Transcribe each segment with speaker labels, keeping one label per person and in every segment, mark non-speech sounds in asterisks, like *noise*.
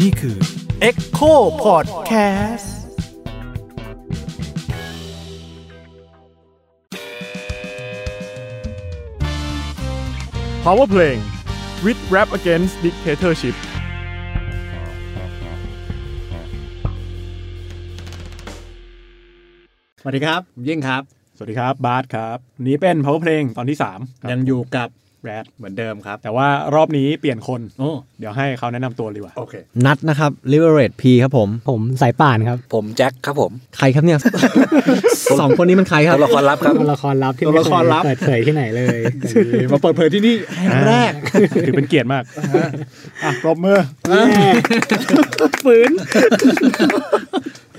Speaker 1: นี่คือ
Speaker 2: Echo Podcast
Speaker 3: พาวเวอร์เพลง with rap against dictatorship
Speaker 4: สวัสดีครับผมยิ่งครับ
Speaker 5: สวัสดีครับ บาสครับ นี่เป็น power เพลงตอนที่ 3
Speaker 4: ยังอยู่กับ
Speaker 5: แรด
Speaker 4: เหมือนเดิมครับ
Speaker 5: แต่ว่ารอบนี้เปลี่ยนคน
Speaker 4: โอ้
Speaker 5: เดี๋ยวให้เขาแนะนำตัวดีกว่า
Speaker 4: โอเค
Speaker 2: นัดนะครับ l i b e r a t e P ครับผม
Speaker 6: ผมสายป่าน
Speaker 4: *laughs*
Speaker 6: ครับ
Speaker 7: ผมแจ็คครับผม
Speaker 2: ใครครับเนี่ย สองคนนี้มันใครครับ
Speaker 7: ตัวละครลับครับ
Speaker 6: ตัวละครลับที่
Speaker 4: ตัว
Speaker 6: ไม่
Speaker 4: ละค
Speaker 6: เค
Speaker 4: ร
Speaker 6: ย
Speaker 4: ลับ
Speaker 6: เปิดเผยที่ไหนเลย
Speaker 4: มาเปิดเผยที่นี่
Speaker 2: แรก
Speaker 5: ถือเป็นเกียรติมากอ่ะปรบมือ
Speaker 6: ฝืน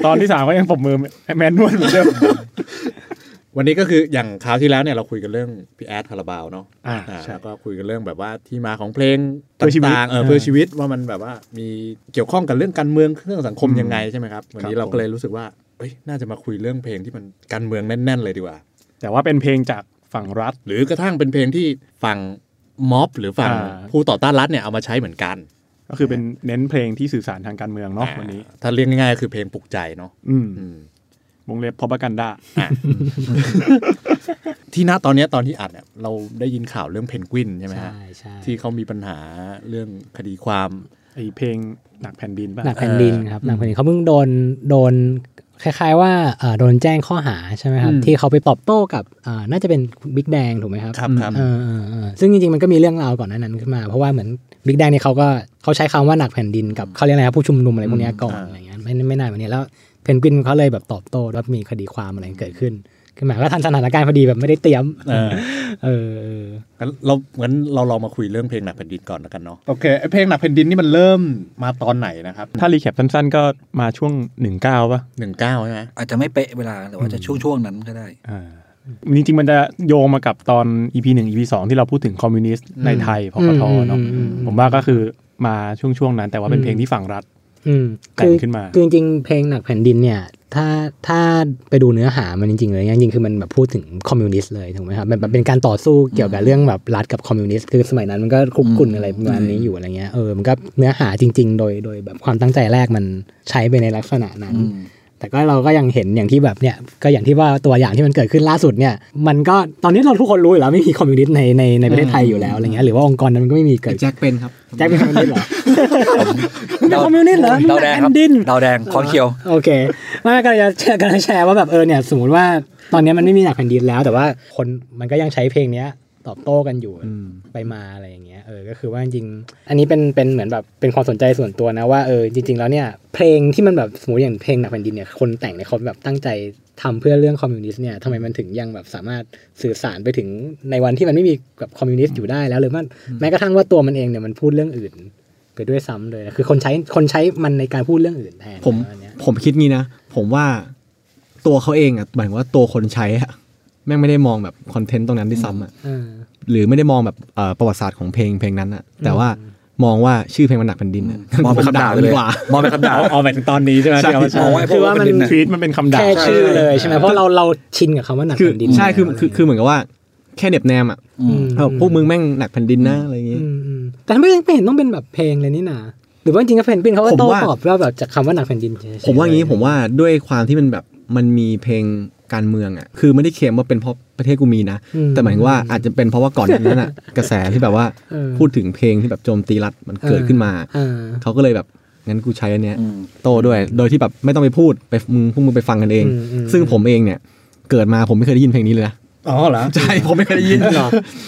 Speaker 5: ตอนที่ 3 ก็ยังปรบมือแมนนวลเหมือนเดิม
Speaker 4: *laughs* วันนี้ก็คืออย่างคราวที่แล้วเนี่ยเราคุยกันเรื่องพี่แอดคาราบาวเนาะ
Speaker 5: อ่า
Speaker 4: อ่า
Speaker 5: ใช่
Speaker 4: แล้วก็คุยกันเรื่องแบบว่าที่มาของเพลง
Speaker 5: เพื่อชีวิต
Speaker 4: ต่างๆเออเพื่อ
Speaker 5: เออ
Speaker 4: ชีวิตว่ามันแบบว่ามีเกี่ยวข้องกับเรื่องการเมืองเรื่องสังคม
Speaker 5: อืม
Speaker 4: ยังไงใช่ไหมครับ วัน
Speaker 5: ค
Speaker 4: นี้
Speaker 5: รับ
Speaker 4: เราก็เลยรู้สึกว่าเอ้ยน่าจะมาคุยเรื่องเพลงที่มันการเมืองแน่น ๆ เลยดีกว่า
Speaker 5: แต่ว่าเป็นเพลงจากฝั่งรัฐ
Speaker 4: หรือกระทั่งเป็นเพลงที่ฝั่งม็อบหรือฝั่ง
Speaker 5: อ่า
Speaker 4: ผู้ต่อต้านรัฐเนี่ยเอามาใช้เหมือนกัน
Speaker 5: ก็คือเป็นเน้นเพลงที่สื่อสารทางการเมืองเนาะวันนี้
Speaker 4: อ่าถ้าเรียกง่ายๆก็คือเพลงปลุกใจเนาะ
Speaker 5: อืม
Speaker 4: อืม
Speaker 5: วงเล็บพอ a กันดา
Speaker 4: ที่ณตอนเนี้ยตอนที่อัดเนี่ยเราได้ยินข่าวเรื่องเพนกวินใช่ไหมฮะ
Speaker 6: ใช่ใช่
Speaker 4: ที่เขามีปัญหาเรื่องคดีความ
Speaker 5: ไอเพลงหนักแผ่นดินป่ะ
Speaker 6: หนักแผ่นดินครับหนักแผ่นดินเขาเพิ่งโดนโดนคล้ายๆว่าเอ่อโดนแจ้งข้อหาใช่ไหมครับ
Speaker 4: อืม
Speaker 6: ที่เขาไปตอบโต้กับเอ่อน่าจะเป็นบิ๊กแดงถูกไหมครับ
Speaker 4: ครับครับ
Speaker 6: เออเออเออซึ่งจริงๆ มันก็มีเรื่องราวก่อนหน้านั้นขึ้นมา เพราะว่าเหมือนบิ๊กแดงเนี่ยเขาก็เขาใช้คำว่าหนักแผ่นดินกับเขาเรียกอะไรครับผู้ชุมนุมอะไรพวกเนี้ยก่อนอะไรเงี้ยไม่ไม่นานวันนี้แล้วเพนกวินเขาเลยแบบตอบโต้แล้วมีคดีความอะไรเกิดขึ้นขึ้นมาก็ทันสถานการณ์พอดีแบบไม่ได้เตรียม
Speaker 4: เออ
Speaker 6: เออเออ
Speaker 4: งั้นเรางั้นเราลองมาคุยเรื่องเพลงหนักแผ่นดินก่อนแล้วกันเนาะโอเคไอ้เพลงหนักแผ่นดินนี่มันเริ่มมาตอนไหนนะครับ
Speaker 5: ถ้ารีแคปสั้นๆ ก็มาช่วง 19ป่ะ
Speaker 4: หนึ่งเก้าใช่ไหม
Speaker 7: อาจจะไม่เป๊ะเวลาแต่ว่าจะช่วงช่วงๆนั้นก็ได้
Speaker 5: อ่าจริงๆมันจะโยงมากับตอน EP 1 EP 2ที่เราพูดถึงคอมมิวนิสต์ในไทยพกทเนาะ
Speaker 6: อืมอืม
Speaker 5: ผมว่าก็คือมาช่วงช่วงๆนั้น แต่ว่าเป็นเพลงที่ฝั่งรัฐ
Speaker 6: อืม
Speaker 5: แต่ง
Speaker 6: คือ
Speaker 5: ขึ้นมา
Speaker 6: คือจริงๆ เพลงหนักแผ่นดินเนี่ย ถ้าถ้าไปดูเนื้อหามันจริงๆเลยเนี่ยจริงๆคือมันแบบพูดถึงคอมมิวนิสต์เลยถูกไหมครับมันมันเป็นการต่อสู้เกี่ยวกับเรื่องแบบรัฐกับคอมมิวนิสต์คือสมัยนั้นมันก็คุกคุนอะไรประมาณนี้อยู่อะไรเงี้ยเออมันก็เนื้อหาจริง ๆ โดยโดยแบบความตั้งใจแรกมันใช้ไปในลักษณะนั้น แต่ก็เราก็ยังเห็นอย่างที่แบบเนี่ยก็อย่างที่ว่าตัวอย่างที่มันเกิดขึ้นล่าสุดเนี่ย มันก็ตอนนี้เราทุกคนรู้อยู่แล้วไม่มีคอมมิวนิสต์ในในในประเทศไทยอยู่แล้วอะไรเงี้ยหรือว่าองค์กรนั้นมันก็ไม่มีเกิด
Speaker 7: แจ็คเป็นครับ
Speaker 6: แจ็คเป็นคอมมิวนิสต์เหรอ เป็นคอมมิวนิสต์เหรอ
Speaker 7: ดาวแดงครับ
Speaker 6: แผ่นดิน
Speaker 7: ดาวแดงคอเขียว
Speaker 6: โอเคไม่ก็จะแชร์กันแชร์ว่าแบบเออเนี่ยสมมติว่าตอนเนี้ยมันไม่มีหนักแผ่นดินแล้ว แต่ว่าคนมันก็ยังใช้เพลงเนี้ยตอบโต้กันอยู่ไปมาอะไรอย่างเงี้ยเออก็คือว่าจริงๆอันนี้เป็นเป็นเหมือนแบบเป็นความสนใจส่วนตัวนะว่าเออจริง ๆ แล้วเนี่ยเพลงที่มันแบบสมมติอย่างเพลงหนักแผ่นดินเนี่ยคนแต่งเนี่ยเขาแบบตั้งใจทำเพื่อเรื่องคอมมิวนิสต์เนี่ยทำไมมันถึงยังแบบสามารถสื่อสารไปถึงในวันที่มันไม่มีแบบคอมมิวนิสต์อยู่ได้แล้วหรือว่าแม้กระทั่งว่าตัวมันเองเนี่ยมันพูดเรื่องอื่น ไปด้วยซ้ำเลยนะคือคนใช้คนใช้มันในการพูดเรื่องอื่นแทน
Speaker 2: ผม
Speaker 6: อันเนี้ย
Speaker 2: ผมคิดงี้นะ ผมว่าตัวเขาเองอ่ะหมายถึงว่าตัวคนใช้อ่ะแม่งไม่ได้มองแบบคอนเทนต์ตรงนั้นด้วยซ้ำอ่ะ
Speaker 6: เออ
Speaker 2: หรือไม่ได้มองแบบเอ่อประวัติศาสตร์ของเพลงเพลงนั้นอ่ะ แต่ว่ามองว่าชื่อเพลงมันหนักแผ่นดินอะ
Speaker 7: มองเป็นคำด่าไปเลย
Speaker 2: ดีกว่า
Speaker 7: มองเป็นคำด่า
Speaker 4: เอาไปถึงตอนนี้ใช่ไหมที่เอามาใช้
Speaker 7: มองไว้พ
Speaker 6: คื
Speaker 7: ว
Speaker 6: อก ว่ามัน
Speaker 7: เป็นดินนะ
Speaker 5: ทวีตมันเป็นคำด่า
Speaker 6: แค่ชื่อเลยใช่ไหม
Speaker 4: ใช่
Speaker 6: เพราะเราเราชินกับคำว่าหนัก
Speaker 2: คือ
Speaker 6: แผ่นดิน
Speaker 2: ใช่คือ
Speaker 6: แล้ว
Speaker 2: คือคือเหมือนกับว่าแค่เหน็บแนมอ่ะ
Speaker 6: ม
Speaker 2: แบบพวกมึงแม่งหนักแผ่นดินนะอะไรอย่างงี้
Speaker 6: อืมอืมแต่ไม่ไม่เห็นต้องเป็นแบบเพลงเลยนี่นาหรือว่าจริงๆก็เพนกวินเขาก็
Speaker 2: ผม
Speaker 6: โต้
Speaker 2: ว่า
Speaker 6: ตอบว่าแบบจากคำว่าหนักแผ่นดินเฉยๆ
Speaker 2: ผมว่างี้ผมว่าด้วยความที่มันแบบมันมีเพลงการเมืองอ่ะคือไม่ได้เคลมว่าเป็นเพราะประเทศกูมีนะ
Speaker 6: อืม
Speaker 2: แต่หมายถึงว่าอาจจะเป็นเพราะว่าก่อนหน้านั้นอ่ะ กระแสที่แบบว่า
Speaker 6: เออ
Speaker 2: พูดถึงเพลงที่แบบโจมตีรัฐมันเกิดขึ้นมา
Speaker 6: เออ
Speaker 2: เขาก็เลยแบบงั้นกูใช้อันเนี้ยโตด้วย โดยที่แบบไม่ต้องไปพูดไปมึงพวกมึงไปฟังกันเอง ซึ่งผมเองเนี่ยเกิดมาผมไม่เคยได้ยินเพลงนี้เลยนะ
Speaker 4: อ๋อเหรอ
Speaker 2: ใช่ผมไม่เคยได้ยิน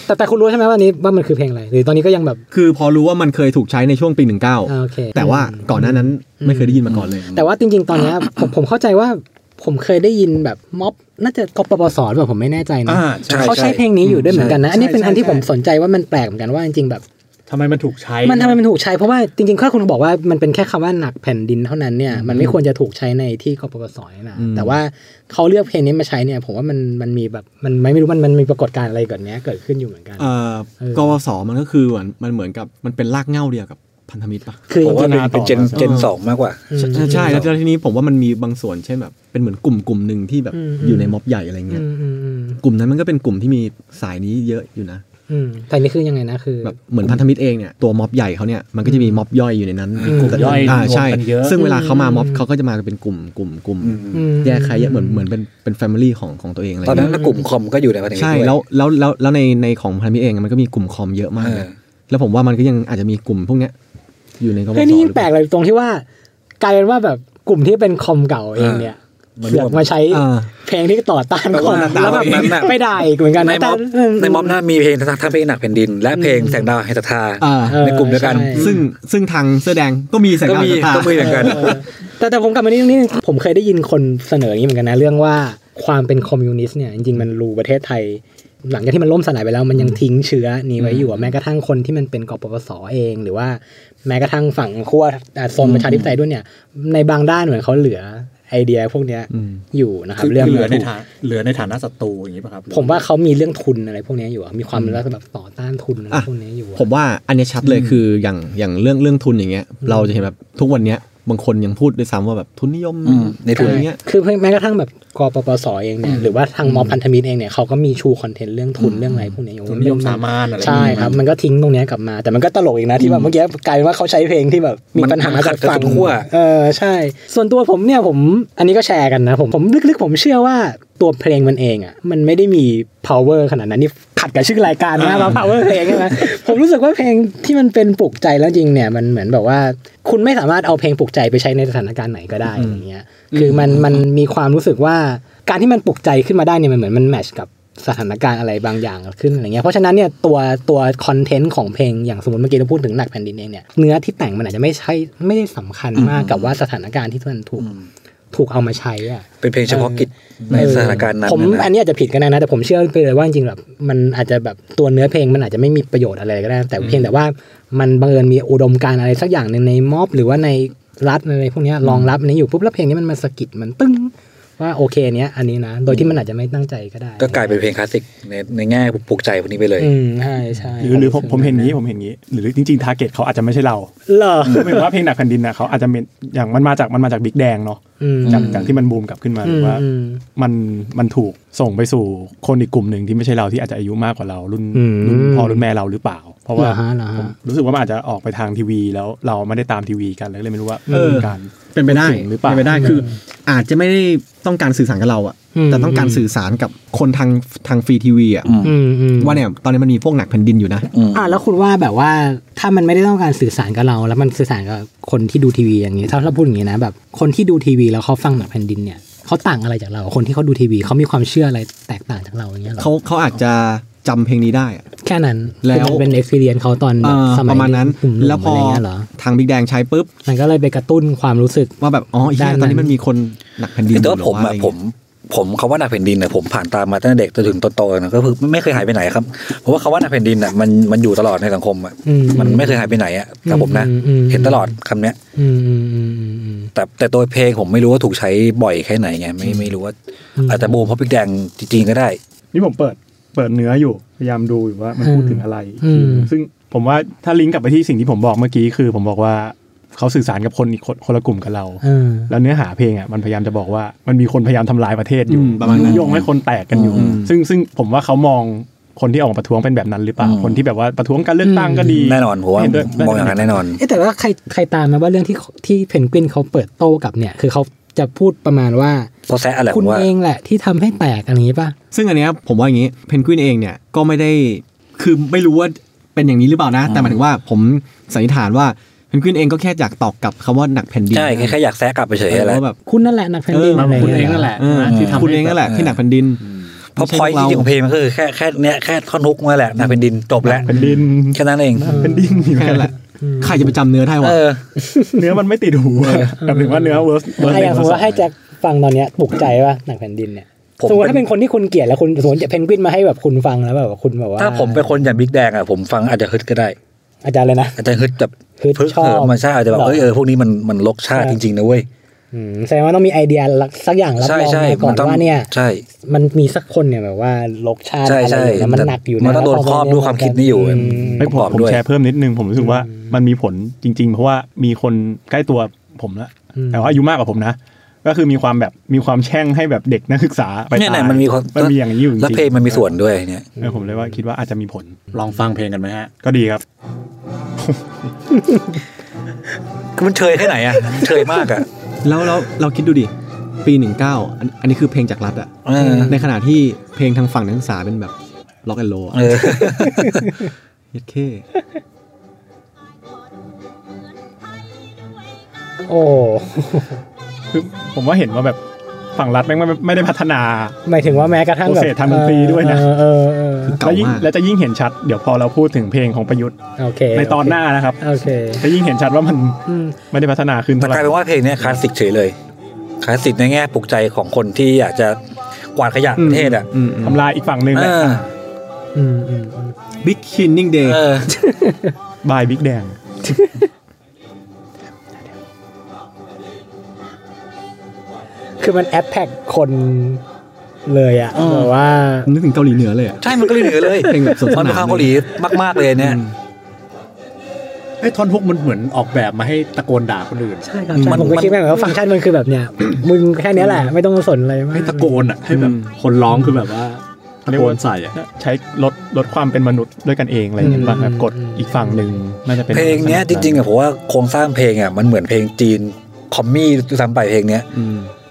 Speaker 6: แต่แต่คุณรู้ใช่ไหมว่าอันนี้ว่ามันคือเพลงอะไร หรือตอนนี้ก็ยังแบบ
Speaker 2: คือพอรู้ว่ามันเคยถูกใช้ในช่วงปี
Speaker 6: อ่าโอเค
Speaker 2: 19 แต่ว่าก่อนหน้านั้นไม่เคยได้ยินมาก่อนเลย
Speaker 6: แต่ว่าจริงๆ ตอนเนี้ย ผมผมเข้าใจว่าผมเคยได้ยินแบบม็อบน่าจะกปปสหรือเปล่าผมไม่แน่ใจนะ
Speaker 4: อ่าใช่
Speaker 6: เขาใช้เพลงนี้อยู่ด้วยเหมือนกันนะ อันนี้เป็นอันที่
Speaker 4: ใช่
Speaker 6: ผมสนใจว่ามันแปลกเหมือนกันว่าจริงๆแบบ
Speaker 4: ทำไมมันถูกใช้
Speaker 6: มันทำไมมันถูกใช้เพราะว่าจริงๆข้อคุณบอกว่ามันเป็นแค่คำว่าหนักแผ่นดินเท่านั้นเนี่ยมันไม่ควรจะถูกใช้ในที่กปปสนะ
Speaker 2: อืม
Speaker 6: แต่ว่าเขาเลือกเพลงนี้มาใช้เนี่ย ผมว่ามันมันมีแบบมันไม่ไม่รู้มันมันมีปรากฏการณ์อะไรก่อนเนี้ยเกิดขึ้นอยู่เหมือนกัน
Speaker 2: เอ่อ
Speaker 6: เออ
Speaker 2: กวสมันก็คือเหมือนมันเหมือนกับมันเป็นรากเหง้าเดียวกับพันธมิตรปะ
Speaker 6: คือ
Speaker 7: ผม
Speaker 6: จริ
Speaker 7: ว่าง เป็นเป็นเจนเจนสองมากกว่า
Speaker 6: ๆอืม
Speaker 2: ใช่ใช่แล้วแล้วทีนี้ผมว่ามันมีบางส่วนเช่นแบบเป็นเหมือนกลุ่มกลุ่มหนึ่งที่แบบ
Speaker 6: อืม
Speaker 2: อยู่ในม็อบใหญ่อะไรเงี้ย
Speaker 6: อืมอืมอืม
Speaker 2: กลุ่มนั้นมันก็เป็นกลุ่มที่มีสายนี้เยอะอยู่นะ
Speaker 6: อืมแต่นี่คือยังไงนะคือ
Speaker 2: แบบเหมือนพันธมิตรเองเนี่ยตัวม็อบใหญ่เขาเนี่ยมันก็จะมีม็อบย่อยอยู่ในนั้น
Speaker 6: มีกลุ่ม
Speaker 2: แต่
Speaker 4: ย่อย
Speaker 2: าใช่
Speaker 4: รวมกันเยอะ
Speaker 2: ซึ่งเวลาเขามาม็อบ
Speaker 6: อืม
Speaker 2: เขาก็จะมาเป็นกลุ่มกลุ่มกลุ่ม
Speaker 7: อืมอืม
Speaker 6: อืม
Speaker 2: แยกใครแยกเหมือนเหมือนเป็นเป็นแฟมิลี่ของของตัวเองอะไร
Speaker 7: ตอนนั้
Speaker 2: เงี้
Speaker 7: น
Speaker 2: ย
Speaker 7: กลุ่มคอมก็อยู่ในประเทศ
Speaker 2: ใช่แล้วแล้วแล้วแล้วในในของพันธมิตรเองอะมันก็มีกลุ่มคอมเยอะมากนะแล้วผมว่ามันก็ยังอาจจะมีกลุ่มพวกเนี้ยอยู่ในกบ
Speaker 6: เฮ้ยนี่ยิ่งแปลกเลยตรงที่ว่า กลายเป็นว่าแบบกลุ่มที่เป็นคอมเก่าเองเนี่ย
Speaker 7: มัน
Speaker 6: เสื
Speaker 7: ร
Speaker 6: อ
Speaker 7: ว
Speaker 6: ก
Speaker 7: ม
Speaker 6: มาใช้
Speaker 2: อ่า
Speaker 6: เพลงที่ต่อต้าน
Speaker 7: แต่
Speaker 6: คอ
Speaker 7: ว่ามตาม
Speaker 6: แล้วแบบ
Speaker 7: นั้นน่ะ
Speaker 6: ไม่ได้อีกเหมือนกัน
Speaker 7: ใน
Speaker 6: นะ
Speaker 7: ม็อบ
Speaker 6: แต่
Speaker 7: ในม็อบหน้ามีเพลงทั้งเพลงหนักแผ่นดิน และเพลงแสงดาวแห่งศรัทธา
Speaker 2: อ่า
Speaker 6: เออ
Speaker 7: ในกลุ่มเดียวกัน
Speaker 6: ใช่
Speaker 2: ซึ่งซึ่งทางเสื้อแดงก็มีแสง
Speaker 7: ก็
Speaker 2: ดาว
Speaker 7: มี
Speaker 2: สตาร์
Speaker 7: ก็มีเหมือนกัน
Speaker 6: เออแต่แต่ผมกลับมานี่ตรงนี้ผมเคยได้ยินคนเสนออย่างนี้เหมือนกันนะ เรื่องว่าความเป็นคอมมิวนิสต์เนี่ยจริงๆมันรูประเทศไทย หลังจากที่มันล่มสลายไปแล้วมันยังทิ้งเชื้อนี้ไว้อยู่อะแม้กระทั่งคนที่มันเป็นกปปสเอง หรือว่าแม้กระทั่งฝั่งขั้วอ่ะโซนประชาธิปไตยด้วยเนี่ย ในบางด้านเหมือนเขาเหลือไอเดียพวกเนี้ย
Speaker 2: อืม
Speaker 6: อยู่นะครับ
Speaker 4: คือ
Speaker 6: เรื่อง
Speaker 4: เหลือใน
Speaker 6: ถูก
Speaker 4: ฐานเหลือในฐานะศัตรูอย่างนี้ป่ะครับ
Speaker 6: ผมว่าเขามีเรื่องทุนอะไรพวกเนี้ยอยู่อะมีความรักแบบต่อต้านทุนอะไรพวกเนี้ยอยู่อะ
Speaker 2: ผมว่าอันเนี้ยชัดเลยคืออย่างอย่างเรื่องเรื่องทุนอย่างเงี้ย เราจะเห็นแบบทุกวันเนี้ยบางคนยังพูดด้วยซ้ำว่าแบบทุนนิยม
Speaker 7: อืมในทุน
Speaker 2: อะไรเงี้ย
Speaker 6: คือแม้กระทั่งแบบกปปสเองเนี่ยหรือว่าทางมอบพันธมิตรเองเนี่ยเขาก็มีชูคอนเทนต์เรื่องทุนเรื่องอะไรพวกเนี้ยอยู่
Speaker 4: ทุนนิยมสามานอะไรอย่าง
Speaker 6: ใช่
Speaker 4: งี้
Speaker 6: ครับ มันก็ทิ้งตรงเนี้ยกลับมา แต่มันก็ตลกอีกนะที่แบบเมื่อกี้กลายเป็นว่าเขาใช้เพลงที่แบบมี
Speaker 7: มัน
Speaker 6: ปัญหา
Speaker 7: มันขั
Speaker 6: จาก
Speaker 7: ดกับ
Speaker 6: ฝั่ง
Speaker 7: สุดขั้ว
Speaker 6: เออใช่ ส่วนตัวผมเนี่ยผมอันนี้ก็แชร์กันนะผมผมลึกๆ ผมเชื่อว่าตัวเพลงมันเองอ่ะมันไม่ได้มี power ขนาดนั้นนี่ขัดกับชื่อรายการนะว่า power เพลงใช่ไหมผมรู้สึกว่าเพลงที่มันเป็นปลุกใจแล้วจริงเนี่ยมันเหมือนแบบว่า คุณไม่สามารถเอาเพลงปลุกใจไปใช้ในสถานการณ์ไหนก็ได้อะไรเงี้ย คือมันมันมีความรู้สึกว่าการที่มันปลุกใจขึ้นมาได้เนี่ยมันเหมือนมันแมทชกับสถานการณ์อะไรบางอย่างขึ้นอะไรเงี้ยเพราะฉะนั้นเนี่ยตัวตัวคอนเทนต์ของเพลงอย่างสมมติเมื่อกี้เราพูดถึงหนักแผ่นดินเองเนี่ยเนื้อที่แต่งมันอาจจะไม่ใช่ไม่ได้สำคัญมากกับว่าสถานการณ์ที่มันถูกถูกเอามาใช้อะ
Speaker 7: เป็นเพลงเฉพาะกิจในสถานการณ์นั้น
Speaker 6: ผม
Speaker 7: นะ
Speaker 6: อัน
Speaker 7: นะ
Speaker 6: นี้อาจจะผิดก็ได้นะ แต่ผมเชื่อไปเลยว่าจริงๆแบบมันอาจจะแบบตัวเนื้อเพลงมันอาจจะไม่มีประโยชน์อะไรก็ได้ แต่เพียงแต่ว่ามันบังเอิญมีอุดมการณ์อะไรสักอย่างหนึ่งในม็อบหรือว่าในรัฐอะไรพวกเนี้ยรองรับอันนี้อยู่ปุ๊บแล้วเพลงนี้มันมาสะกิดมันตึ้งว่าโอเคเนี้ยอันนี้นะ โดยที่มันอาจจะไม่ตั้งใจก็ได้
Speaker 7: ก็กลายเป็นเพลงคลาสสิกในในแง่ปลุกใจพวกนี้ไปเลย
Speaker 6: อืมใช่ใช่
Speaker 5: หรือหรือผมผมเห็นงี้ผมเห็นงี้ หรือจริงๆทาร์เก็ตเขาอาจจะไม่ใช่เรา
Speaker 6: เหรอ
Speaker 5: คือหมายถึงว่าเพลงหนักแผ่นดินนะเขาอาจจะเป็นอย่างมันมาจากมันมาจากบิ๊กแดงเนาะ
Speaker 6: อืม
Speaker 5: จากจากที่มันบูมกลับขึ้นมาหรือว่า
Speaker 6: อืม
Speaker 5: มันมันถูกส่งไปสู่คนอีกกลุ่มหนึ่งที่ไม่ใช่เราที่อาจจะอายุมากกว่าเรารุ่น
Speaker 6: อืม
Speaker 5: รุ่นพ่อรุ่นแม่เราหรือเปล่า เพราะว่า
Speaker 6: เหรอฮะเหรอฮะ
Speaker 5: ผมรู้สึกว่ามันอาจจะออกไปทางทีวีแล้วเราไม่ได้ตามทีวีกันแล้วก็เลยไม่รู้ว่า
Speaker 2: เออ
Speaker 5: มีการ
Speaker 2: เป็นไปได้
Speaker 5: หรือเปล่า
Speaker 2: เป็นไปได้คือ อาจจะไม่ได้ต้องการสื่อสารกับเราอะ
Speaker 6: อืม
Speaker 2: แต่ต้องการสื่อสารกับคนทางทางฟรีทีวีอะ
Speaker 7: อืม
Speaker 6: อืมอืม
Speaker 2: ว่าเนี่ยตอนนี้มันมีพวกหนักแผ่นดินอยู่นะ
Speaker 7: อืม
Speaker 6: อ่ะแล้วคุณว่าแบบว่าถ้ามันไม่ได้ต้องการสื่อสารกับเรา แล้วมันสื่อสารกับคนที่ดูทีวีอย่างนี้ถ้าเราพูดอย่างนี้นะแบบคนที่ดูทีวีแล้วเขาฟังหนังแผ่นดินเนี่ยเขาต่างอะไรจากเรา คนที่เขาดูทีวีเขามีความเชื่ออะไรแตกต่างจากเราอย่างเงี้ยหรอ
Speaker 2: เขาเขาอาจจะจำเพลงนี้ได้อะ
Speaker 6: แค่นั้น
Speaker 2: แล้ว
Speaker 6: คือมันเป็น experience เขาตอน
Speaker 2: เอ
Speaker 6: แบบ
Speaker 2: อ
Speaker 6: สมั
Speaker 2: ป
Speaker 6: ย
Speaker 2: ระมาณนั้น
Speaker 6: หนุ่มๆ
Speaker 2: แล้วพ
Speaker 6: ะ
Speaker 2: อ
Speaker 6: ไรเงี้ยเหรอ
Speaker 2: ทางบิ๊กแดงใช้ปุ๊บ
Speaker 6: มันก็เลยไปกระตุ้นความรู้สึก
Speaker 2: ว่าแบบอ๋อไอ้เหี้ย
Speaker 6: ด้าน
Speaker 2: ต
Speaker 6: นั้น
Speaker 2: อนนี้มันมีคนหนักแผ่นดิน
Speaker 7: แต่ว่าผม
Speaker 2: หรื
Speaker 7: อะ
Speaker 2: ไร
Speaker 7: ผมผมเขาว่าหนักแผ่นดินเนี่ยผมผ่านตามมาตั้งแต่เด็กจนถึงโตๆนะก็คือไม่เคยหายไปไหนครับเพราะว่าเขาว่าหนักแผ่นดินอ่ะมันมันอยู่ตลอดในสังคมอ่ะ
Speaker 6: อื
Speaker 7: มันไม่เคยหายไปไหนอ่ะกับผมนะ
Speaker 6: อืมอืมอืม
Speaker 7: เห็นตลอดคำเนี้ย
Speaker 6: อืมอืมอืมอืมอืม
Speaker 7: แต่แต่ตัวเพลงผมไม่รู้ว่าถูกใช้บ่อยแค่ไหนไงไม่ไม่รู้ว่า
Speaker 6: อืม
Speaker 7: อาจจะบูมเพราะพริกแดงจริงๆก็ได้
Speaker 5: นี่ผมเปิดเปิดเนื้ออยู่พยายามดูอยู่ว่ามันพูดถึงอะไรอีกทีหนึ่ง
Speaker 6: อืม
Speaker 5: ซึ่งผมว่าถ้าลิงก์กลับไปที่สิ่งที่ผมบอกเมื่อกี้คือ ผมบอกว่าเขาสื่อสารกับคนอีกคนคนละกลุ่มกับเรา
Speaker 6: เออ
Speaker 5: แล้วเนื้อหาเพลงอ่ะมันพยายามจะบอกว่ามันมีคนพยายามทำลายประเทศอยู่
Speaker 2: อืมประมาณนั้น
Speaker 5: โยงให้คนแตกกันอยู่
Speaker 7: อืม
Speaker 5: ซึ่งซึ่งผมว่าเขามองคนที่ออกมาประท้วงเป็นแบบนั้นหรือเปล่า
Speaker 7: อืม
Speaker 5: คนที่แบบว่าประท้วงการเลือกตั้งก็ดี
Speaker 7: แน่นอนผมว่า
Speaker 5: เห็ด้วย
Speaker 7: มองอย่างนั้นแน่นอน
Speaker 6: เอ๊ะแต่ว่าใครใครตามไหมาว่าเรื่องที่ที่เพนกวินเขาเปิดโต้กลับเนี่ย คือเขาจะพูดประมาณว่า
Speaker 7: เพราะแซะอะไรผ
Speaker 6: คุณ
Speaker 7: มว่า
Speaker 6: เองแหละที่ทำให้แตกอะไรอย่างนี้ป่ะ
Speaker 2: ซึ่งอันเนี้ยผมว่าอย่างนี้เพนกวินเองเนี่ยก็ไม่ได้คือไม่รู้ว่าเป็นอย่างนี้หรือเปล่านะ แต่หมายถึงว่าผมสันนิษฐานว่าเพนกวินเองก็แค่อยากตอกกลับคำว่าหนักแผ่นดิน
Speaker 7: ใช่แค่แค่อยากแซะกลับไปเฉย
Speaker 2: เออ
Speaker 7: ๆแหละ
Speaker 2: ว่าแบบ
Speaker 6: คุณนั่นแหละหนักแผ่นดิน
Speaker 4: มัน
Speaker 6: อะไร
Speaker 4: คุณเอ
Speaker 6: เงี้
Speaker 4: ง
Speaker 6: ย
Speaker 4: นั่นแหละ
Speaker 2: เออ
Speaker 4: นะที่ทำให้
Speaker 2: คุณเองนั่นแหละที่หนักแผ่นดิน
Speaker 7: เพราะพอยต์จริงๆของเพลงมันก็คือแค่แค่เนี้ยแค่ท่อนฮุกมาแหละหนักแผ่นดินจบแล้ว
Speaker 5: เป็นดิน
Speaker 7: แค่นั้นเอง
Speaker 5: เป็นดินอยู่
Speaker 2: แค่
Speaker 5: แค่
Speaker 2: นั้
Speaker 5: แห
Speaker 2: นแห
Speaker 5: ละ
Speaker 2: ละใครจะไปจำเนื้อได้วะ
Speaker 7: เออ
Speaker 5: เนื้อมันไม่ติดหูหมายถึงว่าเนื้อเวอร์สเวอร์ส
Speaker 6: อ่ะอย่างสมมติว่าให้แจ็คฟังตอนเนี้ยปลุกใจว่าหนังแผ่นดินเนี่ย
Speaker 7: ผม
Speaker 6: สมมติ
Speaker 7: เป็น
Speaker 6: ถ้าเป็นคนที่คุณเกลียดแล้วคุณสมมติเพนกวินมาให้แบบคุณฟังแล้วแบบว่าคุณแบบว่า
Speaker 7: ถ้าผมเป็นคนอย่างบิ๊กแดงอ่ะผมฟังอาจจะฮึดก็ได้
Speaker 6: อาจารย์เลยนะ
Speaker 7: อาจจะฮึดแบบ
Speaker 6: ฮึด
Speaker 7: เพิ่
Speaker 6: ชอบ
Speaker 7: เพิ่มมาใช่อาจจะแบบ
Speaker 6: หรอ
Speaker 7: เอ้ยเออพวกนี้มันมันลกชาติจริงๆนะเว้ย
Speaker 6: อืมแสดงว่าต้องมีไอเดียลักสักอย่างรับ
Speaker 7: ใช่
Speaker 6: รอง
Speaker 7: ใช่
Speaker 6: ไว้ก่อ
Speaker 7: มัน นต้อง
Speaker 6: ว่าเนี่ย
Speaker 7: ใช่
Speaker 6: มันมีสักคนเนี่ยแบบว่าลกชาติ
Speaker 7: ใช่
Speaker 6: อะไร
Speaker 7: ใช่
Speaker 6: อย่างเงี้ยมันหนักอยู่นะ
Speaker 7: มันต้องโดนครอบด้วยความคิดนี้อยู่
Speaker 6: ม
Speaker 5: ไม่ผ
Speaker 7: ประกอ
Speaker 5: ม
Speaker 7: บ
Speaker 5: ผม
Speaker 7: ด้วย
Speaker 5: แชร์เพิ่มนิดนึงผมรู้สึกว่ามันมีผลจริง ๆ เพราะว่ามีคนใกล้ตัวผมละ
Speaker 6: อืม
Speaker 5: แต่ว่าอายุมากกว่าผมนะ ก็คือมีความแบบมีความแช่งให้แบบเด็กนักศึกษาไป
Speaker 7: เนี่ย
Speaker 5: ตา
Speaker 7: เนี่ย ยมันมีความ
Speaker 5: มันมีอย่างนี้อยู่จริง
Speaker 7: แล้วเพลงมันมีส่วนด้วยเนี่ย
Speaker 5: เออผมเลยว่าคิดว่าอาจจะมีผล
Speaker 4: ลองฟังเพลงกันไหมฮะ
Speaker 5: ก็ดีครับ
Speaker 7: คือมันเชยแค่ไหนอ่ะเชยมากอ่ะ
Speaker 2: แล้วเราเราคิดดูดิ ปี 19 อันอันนี้คือเพลงจากรัฐอะ
Speaker 7: เออ
Speaker 2: ในขณะที่เพลงทางฝั่งนักศึกษาเป็นแบบล็อกแอนโล
Speaker 7: เออ
Speaker 2: เย็ดเค
Speaker 6: โอ้โห
Speaker 5: คือผมว่าเห็นว่าแบบฝั่งรัฐแม่งไม่ไม่ได้พัฒนา
Speaker 6: หมายถึงว่าแม้กระทั่งแบ
Speaker 5: โป
Speaker 6: บ
Speaker 5: รเซสทางดนตรีด้วยนะ
Speaker 6: เออเออเออ
Speaker 2: คือเก่า
Speaker 5: แล้วยิ่ง
Speaker 2: มาก
Speaker 5: แล้วจะยิ่งเห็นชัดเดี๋ยวพอเราพูดถึงเพลงของประยุทธ์
Speaker 6: โอเค
Speaker 5: ในตอนหน้านะครับ
Speaker 6: โอเค
Speaker 5: จะยิ่งเห็นชัดว่ามัน
Speaker 6: อืม
Speaker 5: ไม่ได้พัฒนาขึ้น
Speaker 7: แต่
Speaker 5: เท่าไห
Speaker 7: กลา
Speaker 5: ร่
Speaker 7: ยเป็นว่าเพลงเนี้ยคลาสสิกเฉยเลยคลาสสิกในแง่ปลุกใจของคนที่อยากจะกวาดขยะประเทศอ่ะ
Speaker 2: อืมอืม
Speaker 5: ทำลายอีกฝั่งหนึ่ง
Speaker 7: เอ
Speaker 5: แหละ
Speaker 7: อ
Speaker 6: อืมอืมอืม
Speaker 2: Big Cleaning Day
Speaker 7: เออบ
Speaker 5: ายบิ๊กแดง
Speaker 6: คือมันแอดแพ็กคนเลยอะแบบว่า
Speaker 2: นึกถึงเกาหลีเหนือเลยอะ
Speaker 7: ใช่มันก็เลยเหนือเลย
Speaker 2: เพลงแบบสนุกสนาน
Speaker 7: มันเป็นความเกาหลีมากๆเลยเนี่ย
Speaker 4: ไอ้ยท่อนฮุกมันเหมือนออกแบบมาให้ตะโกนด่าคนอื่น
Speaker 6: ใช่ครับผมก็คิดแบบว่าฟังก์ชันมันคือแบบเนี้ย มึงแค่เนี้ยแหละ ไม่ต้องสนอะไรมา
Speaker 4: ให้
Speaker 6: ก
Speaker 4: ตะโกนอ่ะให้แบบคนร้องคือแบบว่าตะโกนใส่อ่ะ
Speaker 5: ใช้ลดลดความเป็นมนุษย์ด้วยกันเองอะไรอย่างเงี้ยป่ะแบบกดอีกฝั่งหนึ่งน่าจะเป็น
Speaker 7: เพลงเนี้ยจริงๆอ่ะผมว่าโครงสร้างเพลงอ่ะมันเหมือนเพลงจีนคอมมี่ดูซ้ำไปเพลงเนี้ย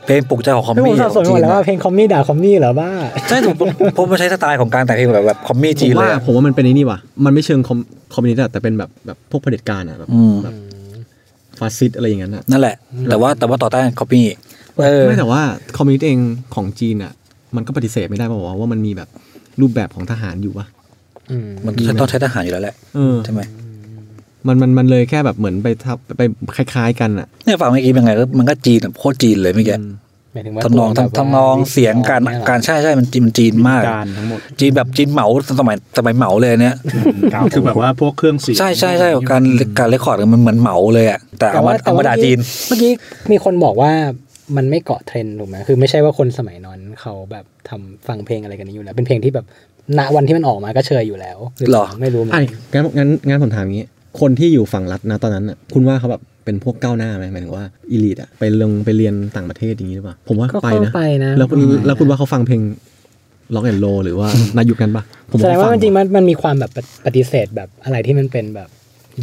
Speaker 7: เพลงปลุกใจของคอม
Speaker 6: ไม่ผ
Speaker 7: มี่
Speaker 6: ม
Speaker 7: ข
Speaker 6: สับส
Speaker 7: อน ง
Speaker 6: ห
Speaker 7: จี
Speaker 6: มด
Speaker 7: น
Speaker 6: แล้วว่า
Speaker 7: อะ
Speaker 6: เพลงคอมมี่ด่าคอมมี่เหรอบ้า
Speaker 7: ใช่ผมผม *laughs* ผมว่าใช้สไตล์ของการแต่งเพลงแบบแบบคอมมี่
Speaker 2: ผ
Speaker 7: จี
Speaker 2: ม
Speaker 7: นเล
Speaker 2: ว่าย
Speaker 7: อะ
Speaker 2: ผมว่ามันเป็นไอ้นี่ว่ะ มันไม่เชิงคอมคอมมิวนิสต์อะแต่เป็นแบบแบบพวกเผด็จการอะแบบ
Speaker 7: อืม
Speaker 2: ฟาสซิสต์อะไรอย่างนั้นอะ
Speaker 7: นั่นแหละ แต่ว่าแต่ว่าต่อต้านคอมมี่เออ
Speaker 2: ไม่แต่ว่าคอมมิวนิสต์เองของจีนอะมันก็ปฏิเสธไม่ได้ป่าวะว่ามันมีแบบรูปแบบของทหารอยู่วะ
Speaker 6: อืม
Speaker 7: มันต้องใช้ทหารอยู่แล้วแหละ
Speaker 2: เออ
Speaker 7: ใช่ไหม
Speaker 2: มันมันมันเลยแค่แบบเหมือนไปทับไปคล้าย ๆ กันอะ
Speaker 7: เนี่ยฟังเมื่อกี้เป็นไงก็มันก็จีนแบบโคตรจีนเลยเมื่อกี้
Speaker 6: หมายถึงว่า
Speaker 7: ทำนอง
Speaker 6: ตัวแบบว่า
Speaker 7: ทำทำนองเสียงการ
Speaker 6: เนี่ยเหอ
Speaker 7: การใช่ใช่มันจีนมันจีนมาก
Speaker 5: การทั้งหมด
Speaker 7: จีนแบบจีนเหมาสมัยสมัยเหมาเลยเนี่ย
Speaker 4: คือแบบว่าพวกเครื่องเสียง
Speaker 7: ใช่ใช่ใช่การการเลคคอร์ดมันเหมือนเหมาเลยอ่ะแต่
Speaker 6: แต่
Speaker 7: เอามา
Speaker 6: ว่าแต่
Speaker 7: เอา
Speaker 6: ว่า
Speaker 7: มาด่าจีน
Speaker 6: เมื่อกี้มีคนบอกว่ามันไม่เกาะเทรนด์ถูกไหมคือไม่ใช่ว่าคนสมัยนั้นเขาแบบทำฟังเพลงอะไรกันนี้อยู่แล้ว เป็นเพลงที่แบบณวันที่มันออกมาก็เชยอยู่แล้ว
Speaker 7: หรอ
Speaker 6: ไม่รู้เหมือน
Speaker 2: ไอ้
Speaker 6: กัน
Speaker 2: งั้นงั้นงั้นผมถามอย่างงี้ คนที่อยู่ฝั่งรัฐนะตอนนั้นอะคุณว่าเขาแบบเป็นพวกก้าวหน้าไหมหมายถึงว่าอีลิทอะไปลงไปเรียนต่างประเทศอย่างงี้หรือเปล่าผมว่า
Speaker 6: ก็
Speaker 2: ไป
Speaker 6: เข้า
Speaker 2: นะ
Speaker 6: ไปนะ
Speaker 2: แล้วคุณแล้วคุณว่าเขาฟังเพลงล็อกแอนโลหรือว่า นายุคนั้นปะผม
Speaker 6: แสดงว่า
Speaker 2: ฟั
Speaker 6: จริงๆมันมันมีความแบบปฏิเสธแบบอะไรที่มันเป็นแบบ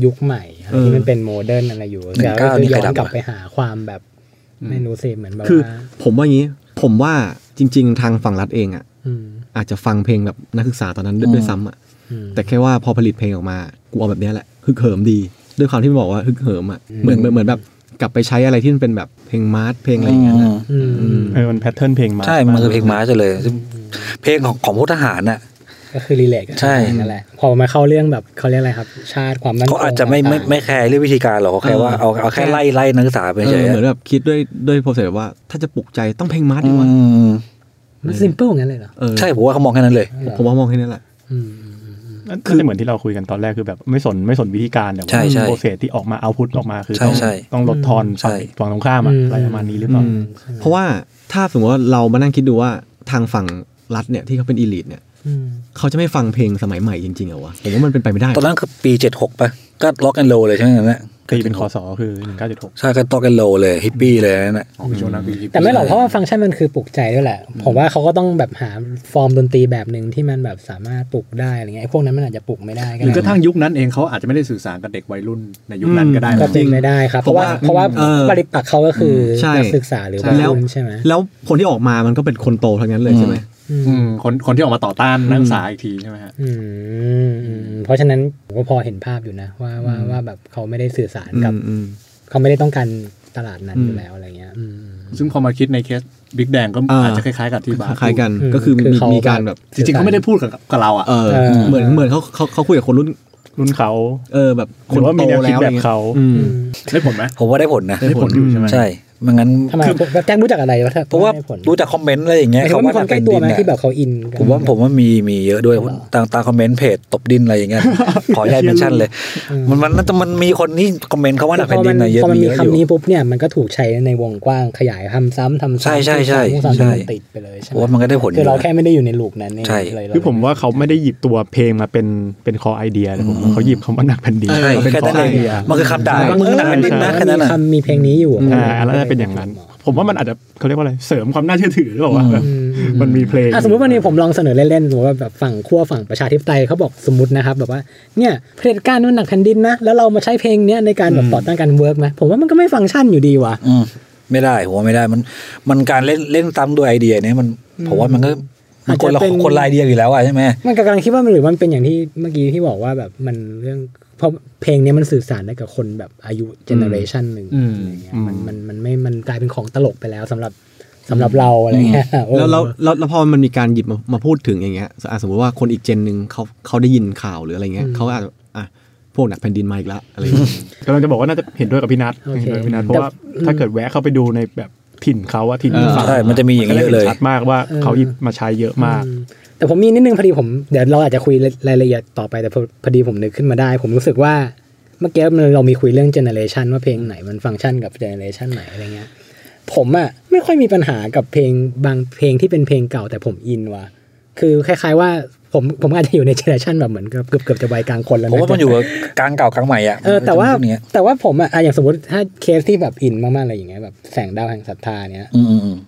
Speaker 6: ยุคใหม่อะไรที่
Speaker 2: เออ
Speaker 6: มันเป็นโมเดิร์นอะไรอยู่
Speaker 7: หนึ่
Speaker 6: แต่
Speaker 7: ง
Speaker 6: ก็
Speaker 7: เก้า
Speaker 6: คือ
Speaker 7: นี่
Speaker 6: ย้
Speaker 7: ใคร
Speaker 6: อน
Speaker 7: ทำวะ
Speaker 6: กลับไปหาความแบบไม่รู้สิเหมือนแบบ
Speaker 2: คือ
Speaker 6: ว่า
Speaker 2: ผมว่างี้ ผมว่าจริง ๆ ทางฝั่งรัฐเองอ่ะ
Speaker 6: ม
Speaker 2: อาจจะฟังเพลงแบบนักศึกษาตอนนั้น
Speaker 7: อืม
Speaker 2: ด้วยซ้ำอ่ะ
Speaker 6: อืม
Speaker 2: แต่แค่ว่าพอผลิตเพลงออกมากูเอาแบบเนี้ยแหละฮึกเหิมดี ด้วยความที่มันบอกว่าฮึกเหิมอ่ะเหมือนเหมือนเหมือนแบบกลับไปใช้อะไรที่มันเป็นแบบเพลงมาร์ทเพลงอะไรอย่างเงี้ยนะ
Speaker 6: อืม
Speaker 2: อืม
Speaker 5: เออมันแพทเทิร์นเพลงมา
Speaker 7: ใช่มันคือเพลงม้าจะเลย เพลงของของพวกทหารน่ะ
Speaker 6: ก็คือรีเลทกับ
Speaker 7: ใช่
Speaker 6: ทหารนั่นแหละ พอมาเข้าเรื่องแบบเขาเรียกอะไรครับ ชาติความมั่นคง
Speaker 7: เขาอาจจะไม่ไม่
Speaker 6: ต่งๆ
Speaker 7: ไม่แคร์เรื่องวิธีการหรอกเขาแค่ว่าเอาเอาแค่ไล่ไล่นักศึกษาไป
Speaker 2: เอ
Speaker 7: เฉ
Speaker 2: อย เหมือนแบบคิดด้วยด้วยโปรเซสแบบว่าถ้าจะปลุกใจต้องเพลงมาร์ท
Speaker 7: อื
Speaker 2: ดีกว่าม
Speaker 6: มันซิมเปิลงั้นเลยเหรอ
Speaker 2: เออ
Speaker 7: ใช่ผมว่าเขามองแค่นั้นเลย
Speaker 2: ผมว่ามองแค่นั้นแหละ
Speaker 6: อืม
Speaker 5: คือเหมือนที่เราคุยกันตอนแรกคือแบบไม่สนไม่สนวิธีการแต่
Speaker 7: ใช่
Speaker 5: ว่า
Speaker 7: ใช่
Speaker 5: โปรเซสที่ออกมาเอาพุทออกมาคือ
Speaker 7: ใช่
Speaker 5: ต้อง
Speaker 7: ใช่
Speaker 5: ต้องลดทอน
Speaker 7: ใช่
Speaker 5: ฝั่งฝั่งตรงข้ามอะอะไรประมาณนี้หรือเปล่า
Speaker 2: เพราะว่าถ้าสมมติว่าเรามานั่งคิดดูว่าทางฝั่งรัฐเนี่ยที่เขาเป็นอีลิทเนี่ย
Speaker 6: อืม
Speaker 2: เขาจะไม่ฟังเพลงสมัยใหม่จริงๆเหรอวะผมว่ามันเป็นไปไม่ได้
Speaker 7: ตอนนั้นคือปีเจ็ดหกป่ะก็ล็อกแอนโลเลยใช่ไหมนั่นน่ะ
Speaker 5: ตีเป็นคอสอคือ 1976
Speaker 7: ใช่ก็ล็อกแอนโลเลยฮิปปี้เลยนั่นน่ะ
Speaker 4: ของโจนาบี
Speaker 6: แต่ไม่หรอกเพราะว่าฟังก์ชันมันคือปลุกใจด้วยแหละ ผมว่าเขาก็ต้องแบบหาฟอร์มดนตรีแบบหนึ่งที่มันแบบสามารถปลุกได้อะไรเงี้ยไอ้พวกนั้นมันอาจจะปลุกไม่ได้ก็
Speaker 4: หรือกระ
Speaker 6: ได้
Speaker 4: ทั่งยุคนั้นเองเขาอาจจะไม่ได้สื่อสารกับเด็กวัยรุ่นในยุคนั้นก็ได้
Speaker 6: ก็
Speaker 4: นะ
Speaker 6: เป็นไม่ได้ครับเพราะว่า
Speaker 2: ผมว่า
Speaker 6: เพราะว่า
Speaker 2: เออ
Speaker 6: ปริปักษ์เขาก็คือ
Speaker 2: ใช่
Speaker 6: นักศึกษาหรือว่า
Speaker 2: แล้ว
Speaker 6: คุณใช่ไหม
Speaker 2: แล้วคนที่ออกมามันก็เป็นคนโตทั้งนั้นเลยใช่ไหม
Speaker 6: อืม
Speaker 4: อืมคนคนที่ออกมาต่อต้านนักศึกษาอีกทีใช่ไหมฮะ
Speaker 6: อืมอืมเพราะฉะนั้นผมก็พอเห็นภาพอยู่นะ ว่าว่าว่าแบบเขาไม่ได้สื่อสารกับ
Speaker 2: อืม
Speaker 6: เขาไม่ได้ต้องการตลาดนั้นอยู่แล้วอะไรเงี้ยอืม
Speaker 4: ซึ่งพอมาคิดในเคสบิ๊กแดงก็
Speaker 2: อ่า
Speaker 4: อาจจะคล้ายๆกับที่บาร์
Speaker 2: คล้ายๆกัน
Speaker 6: อืม
Speaker 2: ก็คือ
Speaker 6: คือ
Speaker 2: มี
Speaker 6: เขามี
Speaker 2: มีการแบบ
Speaker 4: จริงๆเขาไม่ได้พูดกับกับเราอ่ะ
Speaker 2: เออ
Speaker 6: เออ
Speaker 2: เหมือนเหมือนเขาเขาเขาคุยกับคนรุ่น
Speaker 5: รุ่นเขา
Speaker 2: เออแบบ
Speaker 5: ห
Speaker 2: ค
Speaker 5: รื
Speaker 2: น
Speaker 5: อว่ามี
Speaker 2: โต
Speaker 5: แนวคิด
Speaker 2: แล้วอะ
Speaker 5: แบ
Speaker 2: ไร
Speaker 5: บ
Speaker 2: เงี้ย
Speaker 5: เขา
Speaker 2: อืม
Speaker 6: อืม
Speaker 4: ได้ผลไหม
Speaker 7: ผมว่าได้ผลนะ
Speaker 4: ได้ผลอยู่ใช่ไหม
Speaker 7: ใช่ไม่งั้น
Speaker 6: ทำไมแจ็ครู้จักอะไรวะถ้
Speaker 7: เพราะว่า
Speaker 6: ได้ผล
Speaker 7: รู้จากคอมเมนต์อะไรอย่าง
Speaker 6: ห
Speaker 7: เงี้
Speaker 6: มายยถึงว่ามีคนใกล้ตัวไหมที่แบบเขาอินกัน
Speaker 7: ผมว่าผมว่ามีมีเยอะด้วยต่างตามคอมเมนต์เพจตบดินอะไรอย่างเงี้ย ขออนุญาตเมนชั่นเลย มันมันน่าจะมันมีคนที่คอมเมนต์เขาว่าหนั
Speaker 6: พ
Speaker 7: กแผ่
Speaker 6: อน
Speaker 7: ดิ
Speaker 6: มันน
Speaker 7: นะเยอะ
Speaker 6: พอมันมี
Speaker 7: มีเยอะอ
Speaker 6: คำนี้
Speaker 7: ยู่
Speaker 6: ปุ๊บเนี่ยมันก็ถูกใช้ในวงกว้างขยายทำซ้ำทำซ้ำ
Speaker 7: ใช่ใช่ใช่
Speaker 6: ทำซ้ำ
Speaker 7: ใช่
Speaker 6: ทำติดไปเลยใช่ไห
Speaker 7: ผมว่ามันก็ได้ผลอ
Speaker 6: คือยู่เรา
Speaker 7: นะ
Speaker 6: แค่ไม่ได้อยู่ในลูกนั้นเนี่ย
Speaker 7: ใช่
Speaker 6: เลย
Speaker 5: คือผมว่าเขาไม่ได้หยิบตัวเพลงมาเป็นเป็นคอไอเดียแต่ผมว่าเขาหยิบคำว่าหนักแผ่นดิน
Speaker 7: ใช่
Speaker 5: มาเป็น
Speaker 7: แค่
Speaker 5: คอ
Speaker 7: นั้น
Speaker 5: ไอ
Speaker 7: เอง
Speaker 5: เดีย
Speaker 7: มันคือคำด่า
Speaker 5: ใช่
Speaker 7: มึงหนักแผ่นดินนะแค่นั้น
Speaker 6: มี
Speaker 7: น่ะ
Speaker 6: คำมีเพลงนี้อยู่
Speaker 5: อ่าแล้ว เป็นอย่างนั้น ผมว่ามันอาจจะเขาเรียกว่าอะไรเสริมความน่าเชื่อถือหรือเปล่าวะแบบ
Speaker 6: อืมอืม
Speaker 5: มันมีเพลง
Speaker 6: อ่ะสมมติวันนี้ผมลองเสนอเล่นๆสมมติว่าแบบฝั่งขั้วฝั่งประชาธิปไตยเขาบอกสมมตินะครับ แบบว่าเนี่ยเผด็จการมันหนักแผ่นดินนะ แล้วเรามาใช้เพลงเนี้ยในการแบบต่อต้านการเวิร์กไหมผมว่ามันก็ไม่ฟังก์ชันอยู่ดีว่ะ
Speaker 7: อืมไม่ได้ผมว่าไม่ได้มัน มันการเล่นเล่นซ้ำด้วยไอเดียเนี่ยมันผมว่ามันก็มันคนละ
Speaker 6: อาจจะเป็น
Speaker 7: คนละไอเดียอยู่แล้วอะใช่ไหม
Speaker 6: มันกำลังคิดว่ามันหรือมันเป็นอย่างที่เมื่อกี้ที่บอกว่าแบบมันเรื่องเพราะเพลงเนี้ยมันสื่อสารได้กับคนแบบอายุเจเนอเรชันหนึ่ง
Speaker 4: อืม
Speaker 6: อะไรเงี้ยมันมันมันไม่มันกลายเป็นของตลกไปแล้วสำหรับสำหรับเราอะไรเงี้ยเออ
Speaker 2: แล้วแล้วแล้วแล้วพอมันมีการหยิบมามาพูดถึงอย่างเงี้ยอ่ะสมมติว่าคนอีกเจนหนึ่งเขาเขาได้ยินข่าวหรืออะไรเงี้ยเขาอาจจะอ่ะพวกหนักแผ่นดินมาอีกละอะไรอย่างเงี้ย
Speaker 5: กำลังจะบอกว่าน่าจะเห็นด้วยกับพี่นัทเห็นด้วยกับพี่นัทเพราะว่าถ้าเกิดแวะเข้าไปดูในแบบถิ่นเขาอะถิ่นฝั่ง
Speaker 7: ใช่มันจะมีอย่างนี้เยอะเล
Speaker 5: มันก็
Speaker 7: ย
Speaker 5: จะห็นชัดมากว่าเขาหยิบมาใช้เยอะมาก
Speaker 6: อืมแต่ผมมีนิดนึงพอดีผมเดี๋ยวเราอาจจะคุยรายละเอียดต่อไปแต่พอพอดีผมนึกขึ้นมาได้ ผมรู้สึกว่า เมื่อกี้มันเรามีคุยเรื่องเจเนเรชันว่าเพลงไหนมันฟังก์ชันกับเจเนเรชันไหนอะไรเงี้ย ผมอะไม่ค่อยมีปัญหากับเพลงบางเพลงที่เป็นเพลงเก่าแต่ผมอินว่ะคือคล้าย ๆ ว่าผมผมอาจจะอยู่ในเจเนเรชันแบบเหมือนเกือบเกือบเกือบจะวัยกลางคนแล้ว
Speaker 7: ผมว่า
Speaker 6: แต่
Speaker 7: มันอยู่กับกลางเก่ากลางใหม่อ่ะ
Speaker 6: เออแต่ว่า
Speaker 7: มันจะเป็นพกเนี้ย
Speaker 6: แต่ว่าผมอะอะอย่างสมมติถ้าเคสที่แบบอินมากๆอะไรอย่างเงี้ยแบบแสงดาวแห่งศรัทธาเนี้ย
Speaker 7: อืมอืมอืม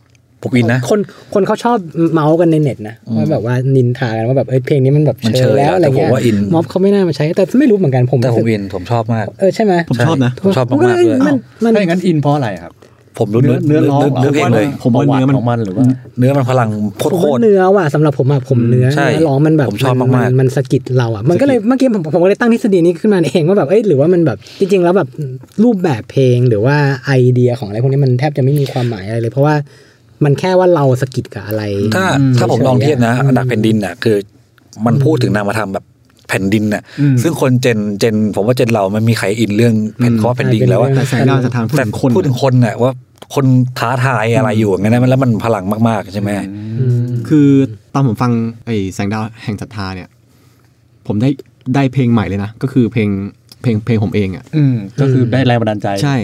Speaker 7: ผมอินนะ
Speaker 6: คนคนเขาชอบเมาส์กันในเน็ตนะว่าแบบว่านินทากันว่าแบบเอ้ยเพลงนี้มันแบบ
Speaker 7: มันเช
Speaker 6: เชย
Speaker 7: ยอะ
Speaker 6: แล้วอะไร
Speaker 7: แต่ผม
Speaker 6: เงี้ย
Speaker 7: ว่าอิน
Speaker 6: ม็อบเขาไม่น่ามาใช้ แต่ไม่รู้เหมือนกันผม
Speaker 7: แต่ผ
Speaker 6: รู้
Speaker 7: ม
Speaker 6: สึก
Speaker 7: อินผมชอบมาก
Speaker 6: เออใช่ไหม
Speaker 2: ผมชอบนะ
Speaker 7: ผมชอบมากๆเลย
Speaker 6: มันมัน
Speaker 4: ถ้าอย่างนั้นอินเพราะอะไรครับ
Speaker 7: ผมรู้เนื้อเนื้อเนื้อเพลงเลย
Speaker 2: ผมว่าเนื้อมัน
Speaker 4: ของมันหรือว่า
Speaker 7: เนื้อมันพลังโค
Speaker 6: ผมว่า
Speaker 7: ตร
Speaker 6: เนื้อว่ะสำหรับผมอะผมเนื้อ
Speaker 7: ใช่
Speaker 6: เนื้อร้องมันแบบ
Speaker 7: ผมชอบมากๆ
Speaker 6: นนสะกิดเราอะมันก็เลยเมื่อกี้ผมผมก็เลยตั้งทฤษฎีนี้ขึ้นมาเองว่าแบบเอ้ยหรือว่ามันแบบจริง ๆ แล้วแบบรูปแบบเพลงหรือว่าไอเดียของอะไรพวกนี้มันแทบจะไม่มีความหมายอะไรเลย เพราะว่ามันแค่ว่าเราสะกิดกับอะไร
Speaker 7: ๆถ้าถ้าผมลองเทียบนะอันดับแผ่นดินน่ะคือ มันพูดถึงนามธรรมแบบแผ่นดินน่ะ ซึ่งคนเจนเจน ผมว่าเจนเรามันมีใครอินเรื่องแผ่น
Speaker 2: อืม
Speaker 7: ข้อแผ่นดินแล้วว่า
Speaker 2: แต่แสงดาวสถานพูด
Speaker 7: แต่
Speaker 2: ถึงคน
Speaker 7: พูดถึงคนน่ะว่าคนท้าทายอะไรอยู่อย่างนั้นนะแล้วมันพลังมากๆใช่ไหม
Speaker 2: คือตอนผมฟังไอ้แสงดาวแห่งศรัทธาเนี่ย ผมได้ได้เพลงใหม่เลยนะ ก็คือเพลงเพลงเพลงผมเองอ่ะ
Speaker 4: อืมก็คือได้แรงบันดาลใจ
Speaker 2: ใช่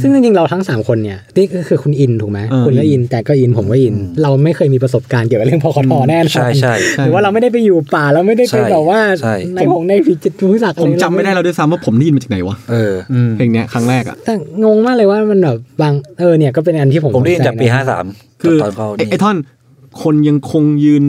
Speaker 6: ซึ่งจริงๆเราทั้ง 3 คนเนี่ยนี่ก็คือคุณอินถูกไหม
Speaker 2: เออ
Speaker 6: คุณก็อินแต่ก็อินผมก็อิน เราไม่เคยมีประสบการณ์เกี่ยวกับเรื่องพคทแน่นอน
Speaker 7: ใช่ใช่
Speaker 6: หรือว่าเราไม่ได้ไปอยู่ป่าเราไม่ได้ไป
Speaker 7: ใช่
Speaker 6: แบบว่า
Speaker 7: ใช่
Speaker 6: ในหงในพิจิตรรู้จักอะร
Speaker 2: ผมจำไม่ได้แล้วด้วยซ้ำว่าผมได้ยินมาจากไหนวะ
Speaker 7: เออ
Speaker 2: เพลงเนี้ยครั้งแรกอ่ะ
Speaker 6: แต่งงมากเลยว่ามันแบบบางเออเนี่ยก็เป็นอันที่ผม
Speaker 7: ผมได้ยินจากปี
Speaker 6: สใจนะ
Speaker 7: ห้าสาม
Speaker 2: คือ
Speaker 7: ตอนเขา
Speaker 2: ไอ้
Speaker 7: นี่
Speaker 2: ไอ้ท่อนคนยังคงยืน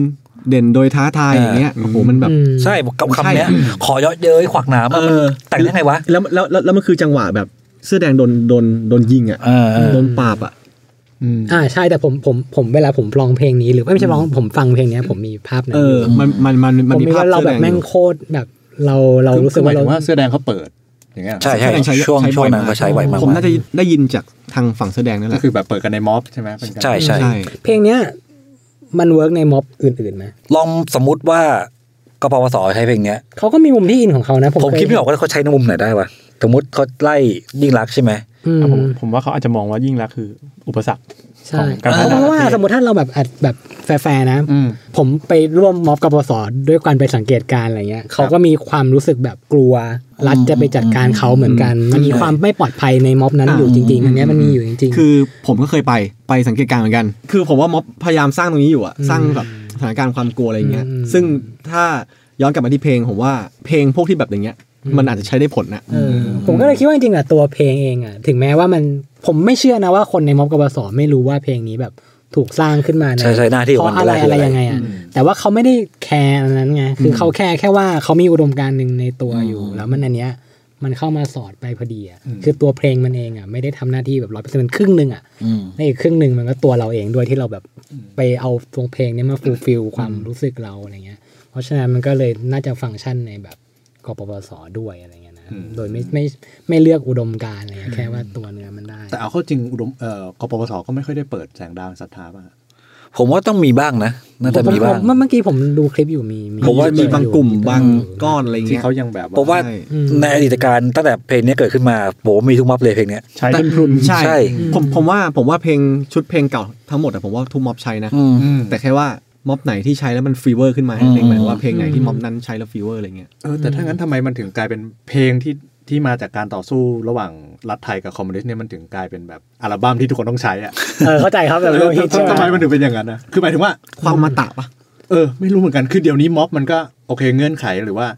Speaker 2: เด่นโดยท้าทาย
Speaker 7: อ่า
Speaker 2: อย่างเงี้ยโอ้โหมันแบบ
Speaker 6: อืม
Speaker 7: ใช่กับคำเนี้ย
Speaker 2: ใช่
Speaker 7: ขอเยอะเย้ยขวักหนามอะ
Speaker 2: เอ
Speaker 7: มัน
Speaker 2: อ
Speaker 7: แต่งยังไงวะ
Speaker 2: แล้วแล้วแล้วแล้วมันคือจังหวะแบบเสื้อแดงโดนโดนโดนยิงอ่ะ
Speaker 7: เออเออ
Speaker 2: โดนปราบอ่ะ
Speaker 6: อ่าใช่แต่ผมผมผมเวลาผมร้องเพลงนี้หรือไม่ใช่ร้องผมฟังเพลงเนี้ยผมมีภาพนั้น
Speaker 2: เอ
Speaker 6: อ
Speaker 2: อ
Speaker 6: ยู่
Speaker 2: มันมันมันมัน
Speaker 6: ผม
Speaker 2: มี
Speaker 6: มี
Speaker 2: ภาพ
Speaker 6: ว่าเราแบ
Speaker 2: สื้
Speaker 6: บ
Speaker 2: อด
Speaker 6: แม่ง
Speaker 2: อยู่
Speaker 6: โคตรแบบเราเรา
Speaker 4: คือ
Speaker 6: รู้สึ
Speaker 4: คื
Speaker 6: ก
Speaker 4: อหมา
Speaker 6: ว่าย เรา
Speaker 4: ถึงว่าเสื้อแดงเขาเปิด อย่างเงี้ย
Speaker 7: ใช่ใช่
Speaker 2: ใช้
Speaker 7: ช่วง
Speaker 2: ใช้บ่
Speaker 7: ช่ว
Speaker 2: อย
Speaker 7: งนั้น
Speaker 2: มาก
Speaker 7: ก็ใช้ไหวมาก
Speaker 2: ผมน่าจะได้ยินจากทางฝั่งแสอแดงนั่นแห
Speaker 4: ก็
Speaker 2: ละ
Speaker 4: คือแบบเปิดกันในม็อบใช่ไหมเป็นการ
Speaker 7: ใช่ใช่
Speaker 6: เพลงเนี้ยมันเวิร์กในม็อบอื่นๆไหม
Speaker 7: ลองสมมุติว่ากปปสใช้เพลงเนี้ย
Speaker 6: เขาก็มีมุมที่อินของเขานะผม
Speaker 7: ผม
Speaker 6: เย
Speaker 7: คิดไม่ออกว่าเขาใช้ในมุมไหนได้วะสมมติเขาไล่ยิ่งรักษณ์ใช่ไหม
Speaker 6: อืม
Speaker 5: ผมผมว่าเขาอาจจะมองว่ายิ่งรักษณ์คืออุปสรรคข
Speaker 6: ใช่
Speaker 5: องการพัฒนา
Speaker 6: เพราะว่า
Speaker 5: ประเทศ
Speaker 6: สมมติถ้าเราแบบอัดแบบแฟร์ๆนะ ผมไปร่วมม็อบกปสด้วยการไปสังเกตการณ์อะไรเงี้ยเขาก็มีความรู้สึกแบบกลัว รัฐจะไปจัดการเขาเหมือนกัน มันมีความไม่ปลอดภัยในม็อบนั้นอยู่จริงๆอันเนี้ยมันมีอยู่จริง
Speaker 2: คือผมก็เคยไปไปสังเกตการณ์เหมือนกัน คือผมว่าม็อบพยายามสร้างตรงนี้อยู่อะสร้างแบบสถานการณ์ความกลัวอะไรอย่างเงี้ย
Speaker 6: อืม
Speaker 2: ซึ่งถ้าย้อนกลับมาที่เพลงผมว่าเพลงพวกที่แบบอย่างเงี้ย มันอาจจะใช้ได้ผลนะ
Speaker 6: เออผมก็เลยคิดว่าจริงๆอ่ะตัวเพลงเองอ่ะถึงแม้ว่ามันผมไม่เชื่อนะว่าคนในม็อบกบสไม่รู้ว่าเพลงนี้แบบถูกสร้างขึ้นมาใน
Speaker 7: ใช่ใช่หน้าที่
Speaker 6: เพ
Speaker 7: ของมั
Speaker 6: ราะอะ
Speaker 7: น
Speaker 6: ไรอะ
Speaker 7: คืออะไร
Speaker 6: ไรยังไงอ่ะแต่ว่าเขาไม่ได้แคร์อันนั้นไงคือเขาแค่แค่ว่าเขามีอุดมการณ์หนึ่งในตัวอยู่ แล้วมันอันเนี้ยมันเข้ามาสอดไปพอดีอ่ะคือตัวเพลงมันเองอ่ะไม่ได้ทำหน้าที่แบบร้อยเปอร์เซ็นต์ครึ่งหนึ่งอ่ะ
Speaker 7: อืม
Speaker 6: ในอีกครึ่งหนึ่งมันก็ตัวเราเองด้วยที่เราแบบไปเอาตรงเพลงเนี้ยมาฟูลฟิลความรู้สึกเราอะไรเงี้ย เพราะฉะนั้นมันก็เลยน่าจะฟังก์ชันในแบบกปปสด้วยอะไรเงี้ยนะโดยไม่ไม่ไม่เลือกอุดมการณ์อะไรเงี้ยแค่ว่าตัวเนื้อมันได้
Speaker 4: แต่เอาเข้าจริงอุดมเอ่อกปปสก็ไม่ค่อยได้เปิดแสงดาวศรัทธาป่ะฮะ
Speaker 7: ผมว่าต้องมีบ้างนะน่า
Speaker 6: ผ
Speaker 7: จะ
Speaker 6: มผม
Speaker 7: มีบ้าง
Speaker 6: เมื่อเมื่อกี้ผมดูคลิปอยู่มี
Speaker 7: ผมว่ามี
Speaker 2: มีบางกลุ่มบาง
Speaker 6: ก็
Speaker 2: ก้อนอะไร
Speaker 4: ที่
Speaker 2: เงี้ย
Speaker 4: เขายังแบบ
Speaker 7: ผมว่า
Speaker 2: ใช่
Speaker 7: ในอดีตการตั้งแต่เพลงเนี้ยเกิดขึ้นมาผมว่ามีทุกม็อบเลยเพลงเนี้ย
Speaker 5: ใช้เป็นพรุน
Speaker 2: ใช่
Speaker 7: ใช่
Speaker 2: ผมผมว่าผมว่าเพลงชุดเพลงเก่าทั้งหมดอะผมว่าทุกม็อบใช้นะ
Speaker 7: อืม
Speaker 4: อืม
Speaker 2: แต่แค่ว่าม็อบไหนที่ใช้แล้วมันฟีเวอร์ขึ้นมาให้เพลง
Speaker 7: อืม
Speaker 2: หมายว่าเพลงไหนที่
Speaker 6: อืม
Speaker 2: ม็อบนั้นใช้แล้วฟีเวอร์อะไรเงี้ย
Speaker 4: เออแต่ถ้างั้นทำไมมันถึงกลายเป็นเพลงที่ที่มาจากการต่อสู้ระหว่างรัฐไทยกับคอมมิวนิสต์เนี่ยมันถึงกลายเป็นแบบอัลบั้มที่ทุกคนต้องใช้อ่ะ
Speaker 6: เออเข้าใจครับแบบโลหิต
Speaker 4: ทำไมมันถึงเป็นอย่างนั้นนะคือหมายถึงว่า
Speaker 2: ความอมาตะปะ
Speaker 4: เออไม่รู้เหมือนกันคือเดี๋ยวนี้ม็อบมันก็โอเคเงื่อนไขหรือว่า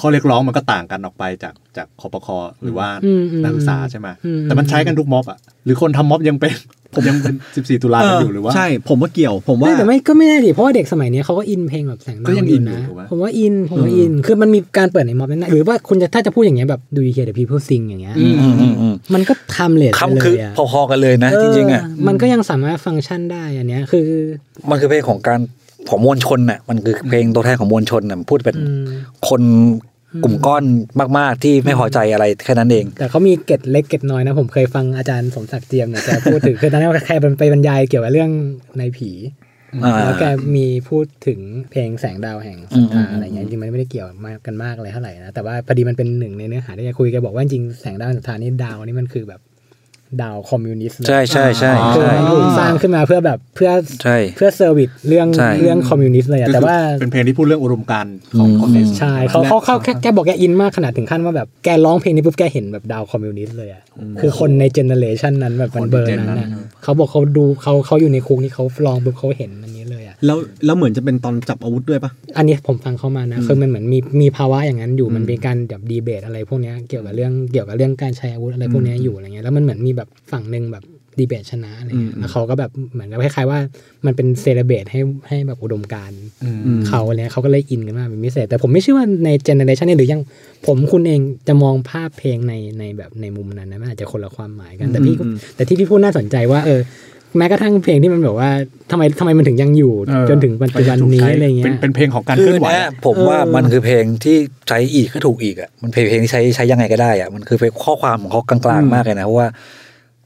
Speaker 4: ข้อเรียกร้องมันก็ต่างกันออกไปจากจากคอปคอหรือว่า
Speaker 6: อืมอืม
Speaker 4: นักศึกษาใช่ไหม
Speaker 6: อืม
Speaker 4: แต่มันใช้กันทุกม็อบอ่ะหรือคนทำม็อบยังเป็น *laughs* ผมยังเป็น 14 ตุลากันอยู่หรือว่า
Speaker 2: ใช่ผมว่าเกี่ยว ผมว่า
Speaker 6: ไม่แต่ไม่ก็ไม่แน่ดิเพราะว่าเด็กสมัยเนี้ยเขาก็อินเพลงแบบแสงดาว
Speaker 4: ก็ยังอินอยู่
Speaker 6: นะ
Speaker 4: ถูกปะ
Speaker 6: ผมว่าอินผมว่าอินคือมันมีการเปิดในม็อบนั้นนะหรือว่าคุณจะถ้าจะพูดอย่างเงี้ยแบบดูดีเฮียเดอะพีเพิลซิงอย่างเงี้ย
Speaker 4: อืม
Speaker 7: อืมอืมอืม
Speaker 6: มันก็ทำเลย
Speaker 7: คำคือ
Speaker 6: อะ
Speaker 7: พอๆกันเลยนะจริงๆอ่ะ
Speaker 6: เมันก็ยังสามารถฟังก์ชันได้อันเนี้ยคือ
Speaker 7: มันคือเพลงของการของมวลชนน่ะมันคือเพลงตัวแทนของมวลชนน่ะพูดเป็น
Speaker 6: อืม
Speaker 7: คนกลุ่มก้อนมาก ๆ ที่ไม่พอใจอะไรแค่นั้นเอง
Speaker 6: แต่เขามีเกร็ดเล็กเกร็ดน้อยนะ ผมเคยฟังอาจารย์สมศักดิ์เจียมเนี่ยแกพูดถึง *laughs* คือตอนนั้นแกไปบรรยายเกี่ยวกับเรื่องในผี
Speaker 7: อ่า
Speaker 6: แล้วแกมีพูดถึงเพลงแสงดาวแห่งศรัทธา
Speaker 7: อืมอืม
Speaker 6: อะไรเงี้ยจริงๆมันไม่ได้เกี่ยวมากกันมากอะไรเท่าไหร่นะแต่ว่าพอดีมันเป็นหนึ่งในเนื้อหาที่จะคุยแกบอกว่าจริงๆแสงดาวแห่งศรัทธานี่ดาวนี่มันคือแบบดาวคอมมิวนิสต์เลย
Speaker 7: ใช่ใช่ใช่
Speaker 6: คือ
Speaker 7: ใช่
Speaker 6: มันถูกสร้างขึ้นมาเพื่อแบบเพื่อ
Speaker 7: ใช่
Speaker 6: เพื่อเซอร์วิสเรื่อง
Speaker 7: ใช่
Speaker 6: เรื่องคอมมิวนิสต์เลยอะ
Speaker 4: ก็คือ
Speaker 6: แต่ว่า
Speaker 4: เป็นเพลงที่พูดเรื่องอุดมการณ์ของ
Speaker 7: อืม
Speaker 4: คอมมิวนิสต์
Speaker 6: ใช่เขาเขาเขาแค่แกบอกแกอินมากขนาดถึงขั้นว่าแบบแกร้องเพลงนี้ปุ๊บแกเห็นแบบดาวคอมมิวนิสต์เลยอะคือคนในเจเนเรชันนั้นแบบมันเบอร์นั้นอะเขาบอกเขาดูเขาเขาอยู่ในคุกนี่เขาลองปุ๊บเขาเห็นอันนี้เลยอะ
Speaker 2: แล้วแล้วเหมือนจะเป็นตอนจับอาวุธด้วยปะ
Speaker 6: อันนี้ผมฟังเขามานะคือมันเหมือนมีมีภาวะอย่างนั้นอยู่มันเป็นการแบบดีเบตอะไรพวกเนี้ยเกี่ยวกับเรื่องเกี่ยวกับเรื่องการใช้อาวุธอะไรพวกเนี้ยอยู่อะไรเงี้ยแล้วมันเหมือนมีแบบฝั่งหนึ่งแบบดีเบตชนะอะไรเงี้ยแล้วเขาก็แบบเหมือนกับคล้ายๆว่ามันเป็นเซเลเบตให้ให้แบบอุดมการณ์
Speaker 4: อืม
Speaker 6: เขาอะไรเงี้ยเขาก็เลยอินกันมากเป็นพิเศษแต่ผมไม่เชื่อว่าในเจเนเรชันนี้หรือยังผมคุณเองจะมองภาพเพลงในในแบบในมุมนั้นนะมันอาจจะคนละความหมายกันแต่พี่ก็
Speaker 2: อืม
Speaker 6: แต่ที่พี่พูดน่าสนใจว่าเออแม้กระทั่งเพลงที่มันแบบว่าทำไมทำไมมันถึงยังอยู่
Speaker 4: เออ
Speaker 6: จนถึงปัจจุบันนี้อะไรเงี้ย
Speaker 4: ป็นเป็นเพลงของการ
Speaker 7: คื
Speaker 4: เคลื่
Speaker 7: อ
Speaker 4: อนไหว
Speaker 7: เนี่ยผมว่ามันคือเพลงที่ใช้อีกก็ถูกอีกอ่ะมันเพลงเพลงที่ใช้ใช้ยังไงก็ได้อ่ะมันคือเพลงข้อความของเขากลางๆมากเลยนะเพราะว่า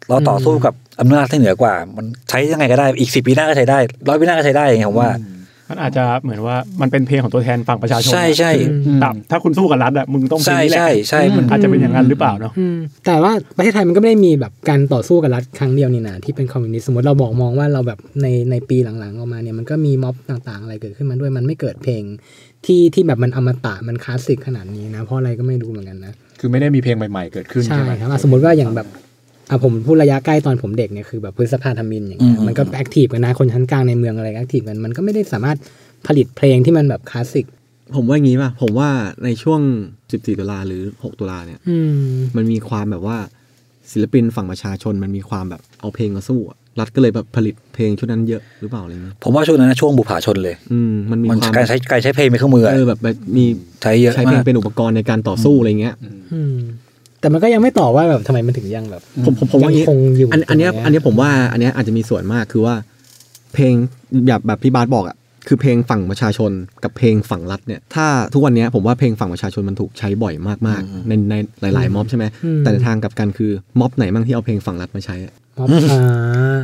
Speaker 7: เราต่อสู้กับอำนาจที่เหนือกว่า มันใช้ยังไงก็ได้อีกสิบปีหน้าก็ใช้ได้ร้อยปีหน้าก็ใช้ได้อย่างเงี้ยผมว่า
Speaker 5: มันอาจจะเหมือนว่ามันเป็นเพลงของตัวแทนฝั่งประชาชน
Speaker 7: ใช่ใช่
Speaker 5: แต่ถ้าคุณสู้กับรัฐอะมึงต้องเพลง
Speaker 7: ใช่
Speaker 5: นี้แหละ
Speaker 7: ใช่ใช่มัน
Speaker 5: อาจจะเป็นอย่างนั้นหรือเปล่าเนาะ
Speaker 6: อืมแต่ว่าประเทศไทยมันก็ไม่ได้มีแบบการต่อสู้กับรัฐครั้งเดียวนี่นะที่เป็นคอมมิวนิสต์สมมติเราบอกมองว่าเราแบบในในปีหลังๆออกมาเนี่ยมันก็มีม็อบต่างๆ อะไรเกิดขึ้นมาด้วยมันไม่เกิดเพลงที่ที่แบบมันอมตะมันคลาสสิกขนาดนี้นะเพราะอะไรก็ไม่รู้เหมือนกันนะ
Speaker 4: คือไม่ได้มีเพลงใหม่ๆเกิดขึ้น
Speaker 6: ใช่
Speaker 4: ใช่ไหม
Speaker 6: ครับอ่ะสมมติว่าอย่างแบบอ่ะผมพูดระยะใกล้ตอนผมเด็กเนี่ยคือแบบพฤษภาธมินอย่างเงี้ย
Speaker 7: อืม
Speaker 6: มันก็แอคทีฟกันนะคนชั้นกลางในเมืองอะไรแอคทีฟกันมันก็ไม่ได้สามารถผลิตเพลงที่มันแบบคลาสสิก
Speaker 2: ผมว่าอย่างงี้ป่ะ ผมว่าในช่วง 14 ตุลาหรือ 6 ตุลาเนี่ย
Speaker 6: อืม
Speaker 2: มันมีความแบบว่าศิลปินฝั่งประชาชนมันมีความแบบเอาเพลงมาสู้อะรัฐก็เลยแบบผลิตเพลงชุดนั้นเยอะหรือเปล่าอะไรเงี้ย
Speaker 7: ผมว่าช่วงนั้นนะช่วงบุปผาชนเลย
Speaker 2: อืมมันมี
Speaker 7: มัน
Speaker 2: ความ
Speaker 7: การใช้การใช้เพลงเป็นเครื่องมืออะ
Speaker 2: เออแบบแบบมี
Speaker 7: ใช้เยอะ
Speaker 2: ใช้เพล
Speaker 7: มาง ก
Speaker 2: เป็นอุปกรณ์ในการต่อสู้อะไรเงี้ย
Speaker 6: อืมแต่มันก็ยังไม่ตอบว่าแบบทำไมมันถึงยังแบบ
Speaker 2: ผมผมผมว่าอย่าง
Speaker 6: ยัง
Speaker 2: งี้
Speaker 6: คงอยู่
Speaker 2: อันอันเนี้ย
Speaker 6: ตรง
Speaker 2: อันเนี้ยผมว่าอันเนี้ยอาจจะมีส่วนมากคือว่า เพลงแบบแบบพี่บาสบอกอ่ะคือเพลงฝั่งประชาชนกับเพลงฝั่งรัฐเนี่ยถ้าทุกวันเนี้ยผมว่าเพลงฝั่งประชาชนมันถูกใช้บ่อยมากๆในในหลายๆม็อบใช่ไหมแต่ในทางกลับกันคือม็อบไหนบ้างที่เอาเพลงฝั่งรัฐมาใช้อะ
Speaker 6: ม็อบอ่า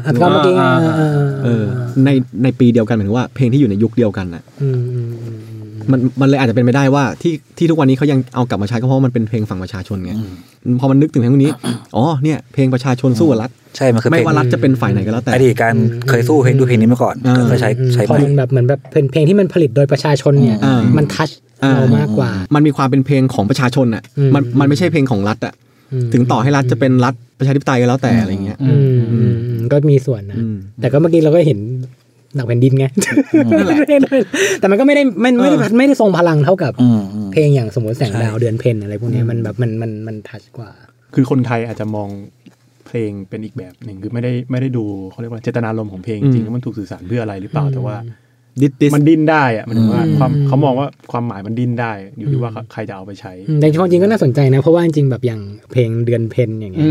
Speaker 6: อันก็เมื่อกี้ไงเออ
Speaker 2: เออในในปีเดียวกันหมายถึงว่าเพลงที่อยู่ในยุคเดียวกันอ่ะ
Speaker 6: อืมอืมอืมอืม
Speaker 2: มันมันเลยอาจจะเป็นไปได้ว่าที่ที่ทุกวันนี้เขายังเอากลับมาใช้ก็เพราะว่ามันเป็นเพลงฝั่งประชาชนไงพอมันนึกถึงเพลงพวกนี้อ๋อเนี่ยเพลงประชาชนสู้กับรัฐ
Speaker 7: ใช่ มันคือเพ
Speaker 2: ไม่
Speaker 7: ลง
Speaker 2: ว่ารัฐจะเป็นฝ่ายไหนก็แล้วแต่
Speaker 7: อดีตการเคยสู้เพลงดูเพลงนี้มาก่อน
Speaker 2: อืม
Speaker 7: ก็ใช้ใช้
Speaker 6: พอ
Speaker 7: ใหม่
Speaker 6: มันแบบเหมือนแบบเป็นเพลงที่มันผลิตโดยประชาชนเนี่ย
Speaker 2: อ่ามั
Speaker 6: มันทัช
Speaker 2: อ่า
Speaker 6: เรามากกว่า
Speaker 2: มันมีความเป็นเพลงของประชาชนอ่ะ
Speaker 6: อืม
Speaker 2: มันมันไม่ใช่เพลงของรัฐอ่ะ
Speaker 6: ม
Speaker 2: ถึงต่อให้รัฐจะเป็นรัฐประชาธิปไตยก็แล้วแต่อะไรเงี้ย
Speaker 6: อืมอืมอืมก็มีส่วนนะ
Speaker 2: อืม
Speaker 6: แต่ก็เมื่อกี้เราก็เห็นหนักแผ่นดินไงแต่มันก็ไม่ได้ไม่ไม่ได้ไม่ได้ทรงพลังเท่ากับ
Speaker 7: อืมอืม
Speaker 6: เพลงอย่างสมมติแสงดาวเดือนเพ็ญอะไรพวกเนี้ยมันแบบมันมันมันทัชกว่า
Speaker 5: คือคนไทยอาจจะมองเพลงเป็นอีกแบบหนึ่งคือไม่ได้ไม่ได้ดูเขาเรียกว่าเจตนารมณ์ของเพลงจริงๆว่ามันถูกสื่อสารเพื่ออะไรหรือเปล่าแต่ว่า
Speaker 2: ดิสดิส
Speaker 5: มันดิ้นได้อะหมันถึงว่า
Speaker 6: อืม
Speaker 5: ความเขามองว่าความหมายมันดิ้นได้อยู่ที่ว่าใครจะเอาไปใช้
Speaker 6: อืมแต่ความจริงก็น่าสนใจนะ เพราะว่าจริงๆแบบอย่างเพลงเดือนเพ็ญอย่างเงี้ย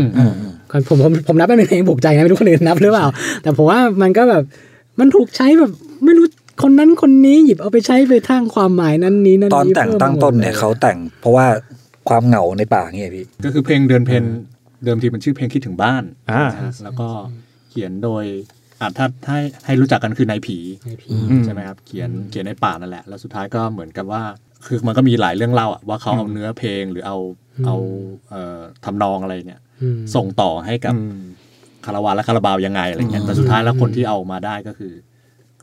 Speaker 6: ความผมผมผมนับว่าเป็นเพลงปลุกใจนะไม่รู้คนอื่นนับหรือเปล่า แต่ผมว่ามันก็แบบมันถูกใช้แบบไม่รู้คนนั้นคนนี้หยิบเอาไปใช้ไปทางความหมายนั้นนี้นั่น
Speaker 7: ตอนแต่ง
Speaker 6: เพิ่ม
Speaker 7: ตั้งต้นเนี่
Speaker 6: ห
Speaker 7: ย
Speaker 6: มดล
Speaker 7: เขาแต่งเพราะว่าความเหงาในป่าเงี้ยพี่
Speaker 4: ก็คือเพลงเดือนเพนเดิมทีมันชื่อเพลงคิดถึงบ้าน
Speaker 5: อ่า
Speaker 4: นะฮะแล้วก็เขียนโดยอาจถ้าให้ให้รู้จักกันคือนายผี
Speaker 6: ให้พี่
Speaker 5: อืม
Speaker 4: ใช่ไหมครับเขียนเขียนในป่านั่นแหละ แล้วสุดท้ายก็เหมือนกับว่า คือมันก็มีหลายเรื่องเล่าอะว่าเขาเอาเนื้อเพลงหรือเอาเอาเอ่อทำนองอะไรเนี่ย
Speaker 6: อืม
Speaker 4: ส่งต่อให้กับคาราวานและคาราบาวยังไงอะไรเงี้ยแต่สุดท้ายแล้วคนที่เอามาได้ก็คือ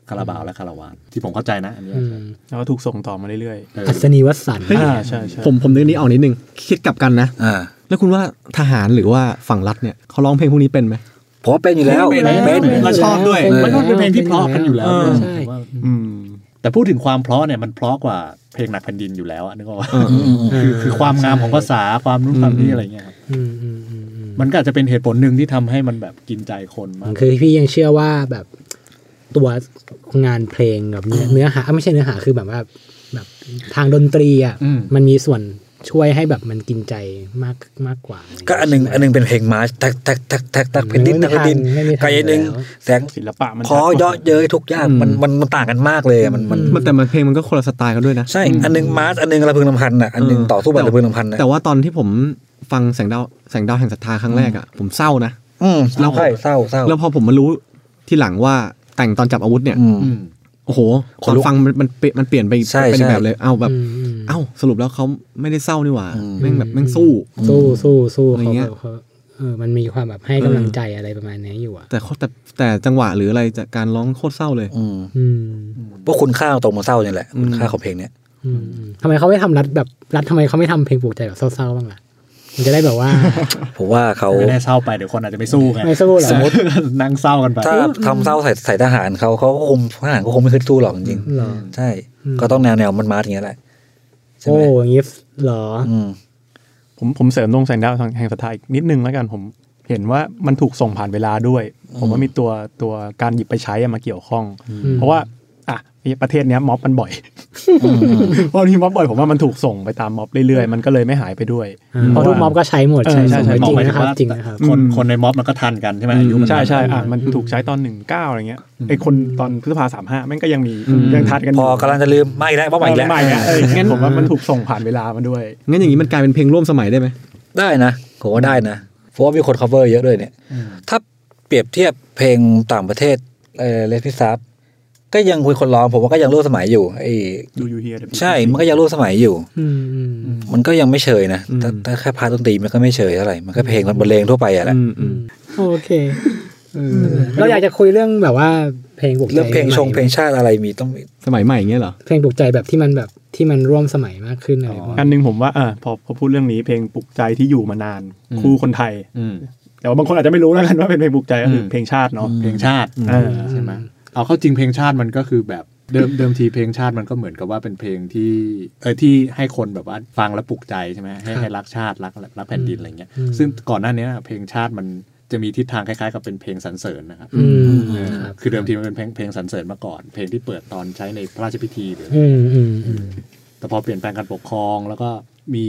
Speaker 4: คาราบาวและคาราวานที่ผมเข้าใจนะอันนี้
Speaker 6: อืม
Speaker 5: แล้วก็ถูกส่งต่อมาเรื่อย
Speaker 4: เออ
Speaker 6: อัศนีวสันต์
Speaker 5: ๆอ่าใช่ใช่
Speaker 2: ผมผมนึกนี้ออกนิดนึง คิดกลับกันนะ
Speaker 7: อ่า
Speaker 2: แล้วคุณว่าทหารหรือว่าฝั่งรัฐเนี่ยเขาร้องเพลงพวกนี้เป็นไหม
Speaker 7: ผมว่าเป็นอยู่แล้ว
Speaker 4: เป็น
Speaker 7: เป็น
Speaker 4: แล้วชอบด้วย มันก็เป็นเพลงที่เพราะกันอยู่แล้ว
Speaker 2: เออ
Speaker 4: ใช่
Speaker 6: ใช่
Speaker 4: ว่า
Speaker 5: อืม
Speaker 4: แต่พูดถึงความเพราะเนี่ยมันเพราะกว่าเพลงหนักแผ่นดินอยู่แล้วอะนึกออกว่า
Speaker 2: เออ
Speaker 7: อืมอืมอืม
Speaker 4: คือคือความงามของภาษาความนุ่มความนี่อะไรเงี้ยครับ
Speaker 6: อืมอืมอืมอืม
Speaker 4: มันก็อาจจะเป็นเหตุผลหนึ่งที่ทำให้มันแบบกินใจคนมาก
Speaker 6: คือพี่ยังเชื่อว่าแบบตัวงานเพลงกับเนื้อเนื้อหาอ่ะไม่ใช่เนื้อหาคือแบบว่าแบบทางดนตรีอ่ะ
Speaker 4: อืม
Speaker 6: มันมีส่วนช่วยให้แบบมันกินใจมากมากกว่า
Speaker 7: ก็อันหนึงอันหนึงเป็นเพลงมาร์ชแท็กแท็กแท็กแท็กแท็กแผ่นดินแท็กแผ่นดิน
Speaker 6: ไม่มีทาง
Speaker 7: กับอันหนึง
Speaker 6: แล้ว
Speaker 7: แสง
Speaker 5: ศิลปะมัน
Speaker 7: คอเยอะเย้ยทุกอย่างมันมันมันต่างกันมากเลยอะมันมัน
Speaker 2: มันแต่มันเพลงมันก็คนละสไตล์กันด้วยนะ
Speaker 7: ใช่อันหนึงมาร์ชอันหนึงระพึงลำพันธ์อ่ะอันหนึง
Speaker 2: เออ
Speaker 7: ต่อสู้แบบระพึงลำพันธ์นะ
Speaker 2: แต่ว่าตอนที่ผมฟังแสงดาวแสงดาวแห่งศรัทธาครั้งแรกอ่ะผมเศร้านะ
Speaker 7: อืม
Speaker 2: เรา
Speaker 7: ใช่เศร้าเศร้า
Speaker 2: แล้วพอผมมารู้ที่หลังว่าแต่งตอนจับอาวุธเนี่ย
Speaker 7: อืม
Speaker 4: อืม
Speaker 2: โอ้โห
Speaker 7: ข
Speaker 2: ต
Speaker 7: น
Speaker 2: อ
Speaker 7: ลุ
Speaker 2: น
Speaker 7: ก
Speaker 2: ฟังมันมันเปลี่ยนมันเปลี่ยนไป
Speaker 7: ใช่
Speaker 2: เป็นอีก
Speaker 7: ใช่
Speaker 2: แบบเลยเอ้าแบบ
Speaker 6: อืมอืม
Speaker 2: เอ้าสรุปแล้วเขาไม่ได้เศร้านี่หว่า
Speaker 7: อืม
Speaker 2: แม่งแบบแม่งสู้
Speaker 6: สู้สู้สู้
Speaker 2: อะไร
Speaker 6: เขา
Speaker 2: เงี้
Speaker 6: แบ
Speaker 2: ย
Speaker 6: บเขาเออมันมีความแบบให้
Speaker 2: เออ
Speaker 6: กำลังใจอะไรประมาณเนี้ยอยู่อ่ะ
Speaker 2: แต่เขาแต่แต่จังหวะหรืออะไรจากการร้องโคตรเศร้าเลย
Speaker 7: อืม
Speaker 6: อืม
Speaker 7: เพราะคุณค่าของตรงมันเศร้าเนี่ยแหละ
Speaker 2: อืม
Speaker 7: คุณค่าของเพลงเนี้ย
Speaker 6: อืมอืมทำไมเขาไม่ทำรัดแบบรัดทำไมเขาไม่ทำเพลงปลุกใจแบบเศร้าๆบ้างล่ะ มันจะได้แบบว่า
Speaker 7: ผมว่าเขา
Speaker 4: ไม่ได้เศร้าไปเดี๋ยวคนอาจจะไม่สู้ไง
Speaker 6: ไม่สู้เหรอ
Speaker 4: สมมติ นั่งเศร้ากันไป
Speaker 7: ถ้าทำเศร้าใส่ใส่ทหารเขาเขาก็คงทหารก็คงไม่ขึ้นสู้หรอกจริง
Speaker 6: เหรอ
Speaker 7: ๆใช่
Speaker 6: อืม
Speaker 7: ก็ต้องแนวแนวมันมาร์ชอย่างเงี้ยแหละใช่
Speaker 6: โอ้
Speaker 7: ไหม
Speaker 6: อย่างงี้เหรอ
Speaker 7: อืม
Speaker 5: ผมผมเสริมตรงแสงดาวแห่งศรัทธาอีกนิดนึงแล้วกันผมเห็นว่ามันถูกส่งผ่านเวลาด้วย ผมว่ามีตัวตัวการหยิบไปใช้อะมาเกี่ยวข้อง
Speaker 6: อืม
Speaker 5: เพราะว่าอ่ะประเทศเนี้ยม็อบมันบ่อยพอมีม็อบบ่อยผมว่ามันถูกส่งไปตามม็อบเรื่อยๆ มันก็เลยไม่หายไปด้วย
Speaker 6: อ่าเพราะทุกม็อบก็ใช้หมด
Speaker 5: เออ
Speaker 6: ใช่
Speaker 5: ใช่
Speaker 6: ใช่
Speaker 5: ใช่
Speaker 6: จริง
Speaker 4: หมาย
Speaker 6: นะ
Speaker 4: ถึง
Speaker 6: ครับ
Speaker 4: ว่า
Speaker 6: จริงนะครับ
Speaker 4: คนคนในม็อบมันก็ทันกันใช่ไหมอายุมัน
Speaker 5: ใช่ใช่
Speaker 4: ทันกัน
Speaker 5: อ่ะมันถูกใช้ตอนหนึ่งเก้าอะไรเงี้ยไอคนตอนพฤษภาสามห้าแม่งก็ยังมี
Speaker 2: อืม
Speaker 5: ยังทัดกัน
Speaker 7: พอกำลังจะลืมไม่แล้วว่าใหม่
Speaker 5: ใม่
Speaker 7: อีก
Speaker 5: แล้
Speaker 7: แล้ว
Speaker 5: วใหม่แล้วเออ
Speaker 6: งั้
Speaker 5: งั้
Speaker 6: น
Speaker 5: นผมว่ามันถูกส่งผ่านเวลามาด้วย
Speaker 2: งั้นอย่างนี้มันกลายเป็นเพลงร่วมสมัยได้ไหม
Speaker 7: ได้นะผมว่าได้นะเพราะว่ามีคน cover เยอะด้วยเนี่ย
Speaker 4: อืม
Speaker 7: ถ้าเปรียบเทียบเพลงต่างประเทศเออเลสพิซับก็ยังคุยคนร้องผมว่าก็ยังร่วมสมัยอยู่ไอ้
Speaker 5: Do you hear the
Speaker 7: ใช่มันก็ยังร่วมสมัยอยู่
Speaker 6: อืมอืม
Speaker 7: มันก็ยังไม่เชยนะถ้าถ้าแค่พาร์ทดนตรีมันก็ไม่เชยเท่าไหร่มันก็เพลงมันบรรเลงทั่วไปอะแหละ
Speaker 2: อืมอืม
Speaker 6: โอเคเราอยากจะคุยเรื่องแบบว่าเพลงปลุกใจ
Speaker 7: เรื่องเพลงชง
Speaker 6: ใหม่ๆ
Speaker 7: เพลงชาติอะไรมีต้องมี
Speaker 2: สมัยใหม่อย่างเงี้ยเหรอ
Speaker 6: เพลงปลุกใจแบบที่มันแบบที่มันร่วมสมัยมากขึ้นอะไรประมาณ
Speaker 5: อันหนึงผมว่าอ่ะพอพอพูดเรื่องนี้เพลงปลุกใจที่อยู่มานานคู่คนไทย
Speaker 4: อืม
Speaker 5: แต่ว่าบางคนอาจจะไม่รู้แล้วกันว่า *laughs* เป็นเพลงปลุกใจก็คืออ
Speaker 4: ม
Speaker 5: เพลงชาติเนาะ
Speaker 4: เพลงชาติ
Speaker 5: เออ
Speaker 4: ใช่ไหมเอาเข้าจริงเพลงชาติมันก็คือแบบเดิมเดิมทีเพลงชาติมันก็เหมือนกับว่าเป็นเพลงที่เออที่ให้คนแบบว่าฟังแล้วปลุกใจใช่ไหมให้ให้รักชาติรักรักแผ่นดินอะไรเงี้ยซึ่งก่อนหน้านี้เพลงชาติมันจะมีทิศทางคล้ายๆกับเป็นเพลงสรรเสริญนะครับ
Speaker 6: อืม
Speaker 4: เออ
Speaker 6: ครับ
Speaker 4: คือเดิมทีมันเป็นเพลงเพลงสรรเสริญมาก่อน เพลงที่เปิดตอนใช้ในพระราชพิธีหรือ
Speaker 6: อืมอืมอืม
Speaker 4: แต่พอเปลี่ยนแปลงการปกครองแล้วก็มี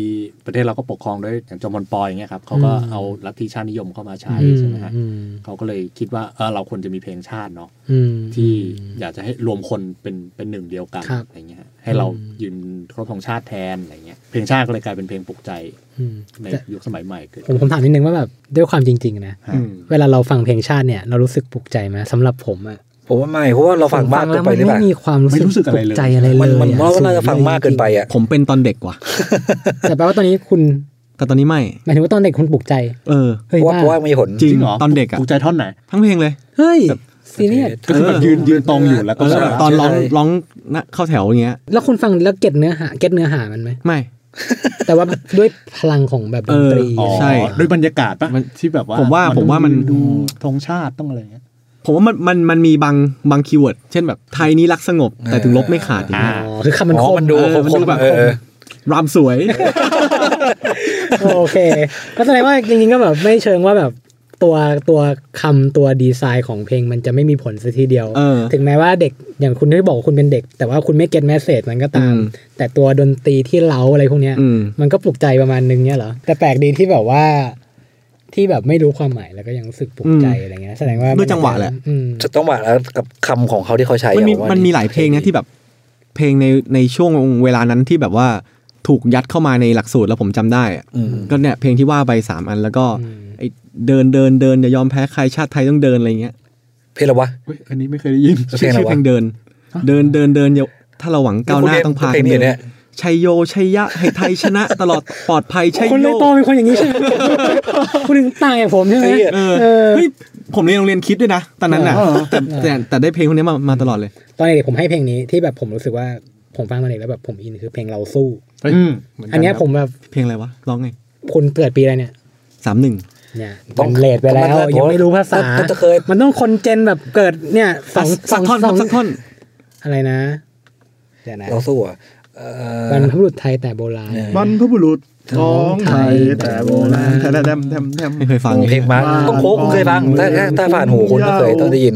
Speaker 4: ประเทศเราก็ปกครองด้วยอย่างจอมพลปอยอย่างเงี้ยครับเขาก็
Speaker 6: อืม
Speaker 4: เอาลัทธิชาตินิยมเข้ามาใช้
Speaker 6: อืม
Speaker 4: ใช่ไหมฮะ
Speaker 6: อืม
Speaker 4: เขาก็เลยคิดว่าเออเราควรจะมีเพลงชาติเนาะ
Speaker 6: อืม
Speaker 4: ที่อยากจะให้รวมคนเป็นเป็นหนึ่งเดียวกัน
Speaker 6: ครับ
Speaker 4: อะไรเงี้ยฮะให้เรา
Speaker 6: อืม
Speaker 4: ยืนเคารบธงชาติแทนอะไรเงี้ยเพลงชาติก็เลยกลายเป็นเพลงปลุกใจ
Speaker 6: อืม
Speaker 4: ใน
Speaker 6: แต่
Speaker 4: ยุคสมัยใหม่เกิด
Speaker 6: ผมผมถามนิดนึงว่าแบบด้วยความจริง ๆ นะ
Speaker 4: ฮะ
Speaker 5: อืม
Speaker 6: เวลาเราฟังเพลงชาติเนี่ย เรารู้สึกปลุกใจไหมสำหรับผมอะ
Speaker 7: ผมว่าไม่เพราะว่าเราฟังมาก
Speaker 6: ผ
Speaker 7: เกิ
Speaker 6: แล้ว
Speaker 7: นไป
Speaker 6: มัน
Speaker 7: หรือเป
Speaker 6: ไม่
Speaker 7: ล่า
Speaker 6: มีความรู้สึกปลุกใจอะไรเลย
Speaker 7: มันมัน
Speaker 6: อะ
Speaker 7: ว่าเราจะฟังมากเกินไปอ่ะ
Speaker 2: ผมเป็นตอนเด็กว่ะ
Speaker 6: แต่แปลว่าตอนนี้คุณ
Speaker 2: แต่ตอนนี้ไม่
Speaker 6: หมายถึงว่าตอนเด็กคุณปลุกใจ
Speaker 2: เออ
Speaker 7: เพ
Speaker 6: เฮ้ย
Speaker 7: ราะว่า
Speaker 6: บ้า
Speaker 7: เพราะว่ามีผล
Speaker 2: จริง
Speaker 4: หรอ
Speaker 2: ตอนเด็กอะ
Speaker 4: ปลุกใจท่อนไหน
Speaker 2: ทั้งเพลงเลย
Speaker 6: เฮ้ยซีเรียส
Speaker 4: ก็คือแบบยืนยืนตรงอยู่แล้ว
Speaker 2: เอ
Speaker 4: ก็
Speaker 2: อ
Speaker 4: แบบ
Speaker 2: ตอนร้อง
Speaker 7: ใช่
Speaker 2: ร้องนะเข้าแถวอย่างเงี้ย
Speaker 6: แล้วคุณฟังแล้วเก็ตเนื้อหาเก็ตเนื้อหามันไหม
Speaker 2: ไม่
Speaker 6: แต่ว่าด้วยพลังของแบบดนตรี
Speaker 2: เอออ๋อ
Speaker 6: ะไร
Speaker 2: ใช่
Speaker 4: ด้วยบรรยากาศปะ
Speaker 2: มัน
Speaker 4: ที่แบบว่า
Speaker 2: ผมว่าผมว่ามัน
Speaker 4: ดูธงชาติต้องอะไรเงี้ย
Speaker 2: ผมว่ามันมันมันมีบางบางคีย์เวิร์ดเช่นแบบไทยนี้รักสงบ แต่ถึงลบไม่ขาดอย่างเงี้ย
Speaker 4: อ่า
Speaker 6: อ๋อคือคำมัน
Speaker 7: อ๋
Speaker 6: คม
Speaker 7: อมันดู
Speaker 2: เออมัน
Speaker 7: ค
Speaker 2: ดู
Speaker 7: ม
Speaker 2: แบบ
Speaker 7: เออเออ
Speaker 2: รามสวย
Speaker 6: โอเคก็แสดงว่าจริงๆก็แบบไม่เชิงว่าแบบตัวตัวคำตัวดีไซน์ของเพลงมันจะไม่มีผลซะทีเดียว
Speaker 2: เออ
Speaker 6: ถึงแม้ว่าเด็กอย่างคุณได้บอกว่าคุณเป็นเด็ก แต่ว่าคุณไม่เก็ตแมสเซจมันก็ตาม
Speaker 2: อืม
Speaker 6: แต่ตัวดนตรีที่เล้าอะไรพวกเนี้ย
Speaker 2: อืม
Speaker 6: มันก็ปลุกใจประมาณนึงเนี่ยเหรอแต่แปลกดีที่แบบว่า ที่แบบไม่รู้ความหมายแล้วก็ยังรู้สึกปลุกใจ
Speaker 2: อืม
Speaker 6: อะไรเงี้ยแสดงว่า
Speaker 2: ด้วยจังหวะแหละ
Speaker 6: อืม
Speaker 7: จะต้องหวาดแล้วกับคำของเขาที่เขาใช้
Speaker 2: มันมี
Speaker 7: ผว่า
Speaker 2: มันมีหลายเพลงนะที่แบบ เพลงในในช่วงเวลานั้นที่แบบว่าถูกยัดเข้ามาในหลักสูตรแล้วผมจำได้อะ
Speaker 7: อืม
Speaker 2: ก็เนี่ยเพลงที่ว่าไปสามอันแล้วก็ไอ้เดินเดินเดินอย่ายอมแพ้ใครชาติไทยต้องเดินอะไรเงี้ย
Speaker 7: เพลงอะไรวะ
Speaker 4: เฮ้ยอันนี้ไม่เคยได้ยิน
Speaker 7: แล้วเพล
Speaker 2: ชื่
Speaker 7: ง
Speaker 2: อ
Speaker 7: อะไร
Speaker 2: ชื่อเพ
Speaker 7: วะ
Speaker 2: ลงเดิน เดินเดินเดินอย่าถ้าเราหวังก้าวหน้าต้องพา
Speaker 7: เพล
Speaker 2: กั
Speaker 7: ง
Speaker 2: น
Speaker 7: นี้
Speaker 2: เดิน
Speaker 7: เนี่ย
Speaker 2: ชัยโยชัยยะให้ไทยชนะ ตลอดปลอดภัยชัย
Speaker 6: คุณ
Speaker 2: โย
Speaker 6: เลยโตเป็นคนอย่างนี้ใช่ไหม คุณถึงต่างจากผมใช่ไหม
Speaker 7: ไอ้เหี้ย
Speaker 2: เออ
Speaker 6: เออ
Speaker 2: เฮ้ยผมเรียนโรงเรียนคิดด้วยนะตอนนั้นน่ะ
Speaker 6: เออ
Speaker 2: แต่แต่แต่ได้เพลงพวกนี้มามาตลอดเลย
Speaker 6: ตอนเด็กผมให้เพลงนี้ที่แบบผมรู้สึกว่าผมฟังตอนเด็กแล้วแบบผมอินคือเพลงเราสู้
Speaker 5: เฮ้ย
Speaker 4: อืม
Speaker 5: เหมืกั
Speaker 6: อันเนี้ยผมแบบ
Speaker 2: เพลงอะไรวะร้องไง
Speaker 6: คุณเกิดปีอะไรเนี่ย
Speaker 2: สามหนึ่ง
Speaker 6: เนี่ยมันเลทไปแล้ว
Speaker 7: ต้อง
Speaker 6: ยังไม่รู้ภาษา
Speaker 7: ต้องจะเคย
Speaker 6: มันต้องคนเจนแบบเกิดเนี่ยสอง
Speaker 2: สักท่อนค
Speaker 6: ส
Speaker 2: รั
Speaker 6: อบง
Speaker 2: สักท่อน
Speaker 6: อะไรนะ เดี๋ยวนะ
Speaker 7: เราสู้อ่ะเอ่อ
Speaker 6: บรรพบุรุษไทยแต่โบราณ
Speaker 7: เนี่ย
Speaker 1: บรรพบุรุษของไทยแต่โบราณแต่แดมแดมแดม
Speaker 2: ไม่เคยฟัง
Speaker 7: เพลงมาร์ค
Speaker 1: บ้าน
Speaker 7: ต้องโค้กคุณเคยฟังถ้าถ้าถ้าผ่านหูคุณก็เคย
Speaker 1: ยาว
Speaker 7: ต้องได้ยิน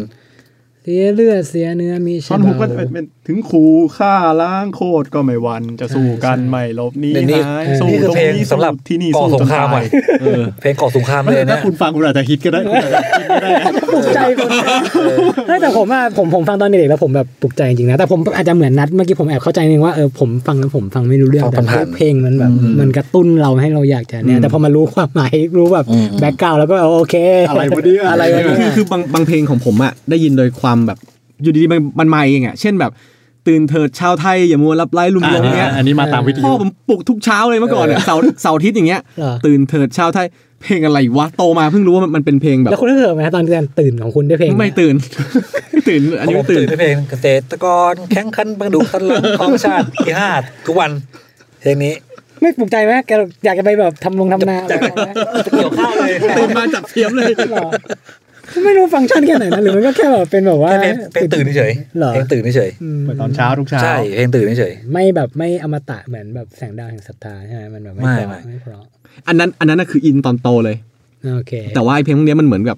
Speaker 6: เสียเลือดเสียเนื้อมี
Speaker 1: ท่อนหูก็จะเป็นถึงขู่ฆ่าล้างโคตรก็ไม่หวันจะสู้กันไม่หลบหนี้
Speaker 7: เดี๋ยวนี้
Speaker 1: หายสู้
Speaker 7: นี่คือ
Speaker 1: ตรง
Speaker 7: เพลง
Speaker 1: นี้
Speaker 7: สำหรับ
Speaker 1: ที่นี่
Speaker 7: ก่อ
Speaker 1: สู้
Speaker 7: สงครา
Speaker 1: จ
Speaker 7: ม
Speaker 1: นต
Speaker 7: อ่ะ
Speaker 1: ย
Speaker 7: เพลงก่อสงครามเลย
Speaker 4: ถ้า
Speaker 7: นะ
Speaker 4: คุณฟังคุณอาจจะฮิตก็ได้คุณอาจจะฮิตก็ได้
Speaker 6: ปลุกใจคนไม่แต่ผมอะผมผมฟังตอนเด็กๆแล้วผมแบบปลุกใจจริงๆนะแต่ผมอาจจะเหมือนนัดเมื่อกี้ผมแอบเข้าใจนึงว่าเออผมฟังแล้วผมฟังไม่รู้เรื่อง
Speaker 7: ฟัง
Speaker 6: แต่
Speaker 7: ผ่านๆ
Speaker 6: เพลงมันแบบมันกระตุ้นเราให้เราอยากจะเนี่ยแต่พอมารู้ความหมายรู้แบบ
Speaker 7: อืม
Speaker 6: แบ็กกราวแล้วก็โอเค
Speaker 4: อะไรวะเนี่ย
Speaker 6: อะไรวะ
Speaker 2: คือ
Speaker 6: เนี่ย
Speaker 2: คือบางบางเพลงของผมอะได้ยินโดยความแบบอยู่ดีๆมันมันมาเองอะเช่นแบบตื่นเถิดชาวไทยอย่ามัวรับไล่ลุมหลงเนี้ย
Speaker 4: อันนี้มาตามวิท
Speaker 2: พ่
Speaker 4: ยุ
Speaker 2: อผมปลุกทุกเช้าเลยเมื่อก่อนอะเสาร์เสาร์อาทิตย์อย่างเงี้ย
Speaker 6: เหรอ
Speaker 2: ตื่นเถิดเช้าไทยเพลงอะไรวะโตมาเพิ่งรู้ว่ามันมันเป็นเพลงแบบ
Speaker 6: แล้วคุณได้เกิดไหมตอนการตื่นของคุณได้วยเพลง
Speaker 2: ไม่ตื่น ไม่ตื่นอันนี้
Speaker 7: ผม
Speaker 2: ไม่ตื่
Speaker 7: ตื่
Speaker 2: น
Speaker 7: นด้วยเพลงเกษตรกรแข่งขันบังดุกตะลงของชาติพิฮาตทุกวันเพลงนี้
Speaker 6: ไม่ปลุกใจไหมแกอยากจะไปแบบทำลงทำนาอะไรไหม
Speaker 7: เกี่ยวข้าวเลย
Speaker 2: ตื่นมาจับเทียมเลย
Speaker 6: เหรอไม่รู้ฟังก์ชันแค่ไหนนะหรือมันก็แค่แบบเป็นแบบว่า
Speaker 7: เพลงเพลงตื่นเฉยๆ
Speaker 6: เหรอ
Speaker 7: เพลงตื่นเฉย
Speaker 6: อืม
Speaker 4: เปิดตอนเช้าทุกเช้า
Speaker 7: ๆใช่เพลงตื่นเฉย
Speaker 6: ไม่แบบไม่อมตะเหมือนแบบแสงดาวแห่งศรัทธาใช่ไหมมันแบบไม่
Speaker 7: ไม่
Speaker 6: เพราะ
Speaker 7: ไม่
Speaker 6: ไม่เพราะ
Speaker 2: อันนั้นอันนั้นน่ะคืออินตอนโตเลย
Speaker 6: โอเค
Speaker 2: แต่ว่าไอเพลงพวกเนี้ยมันเหมือนกับ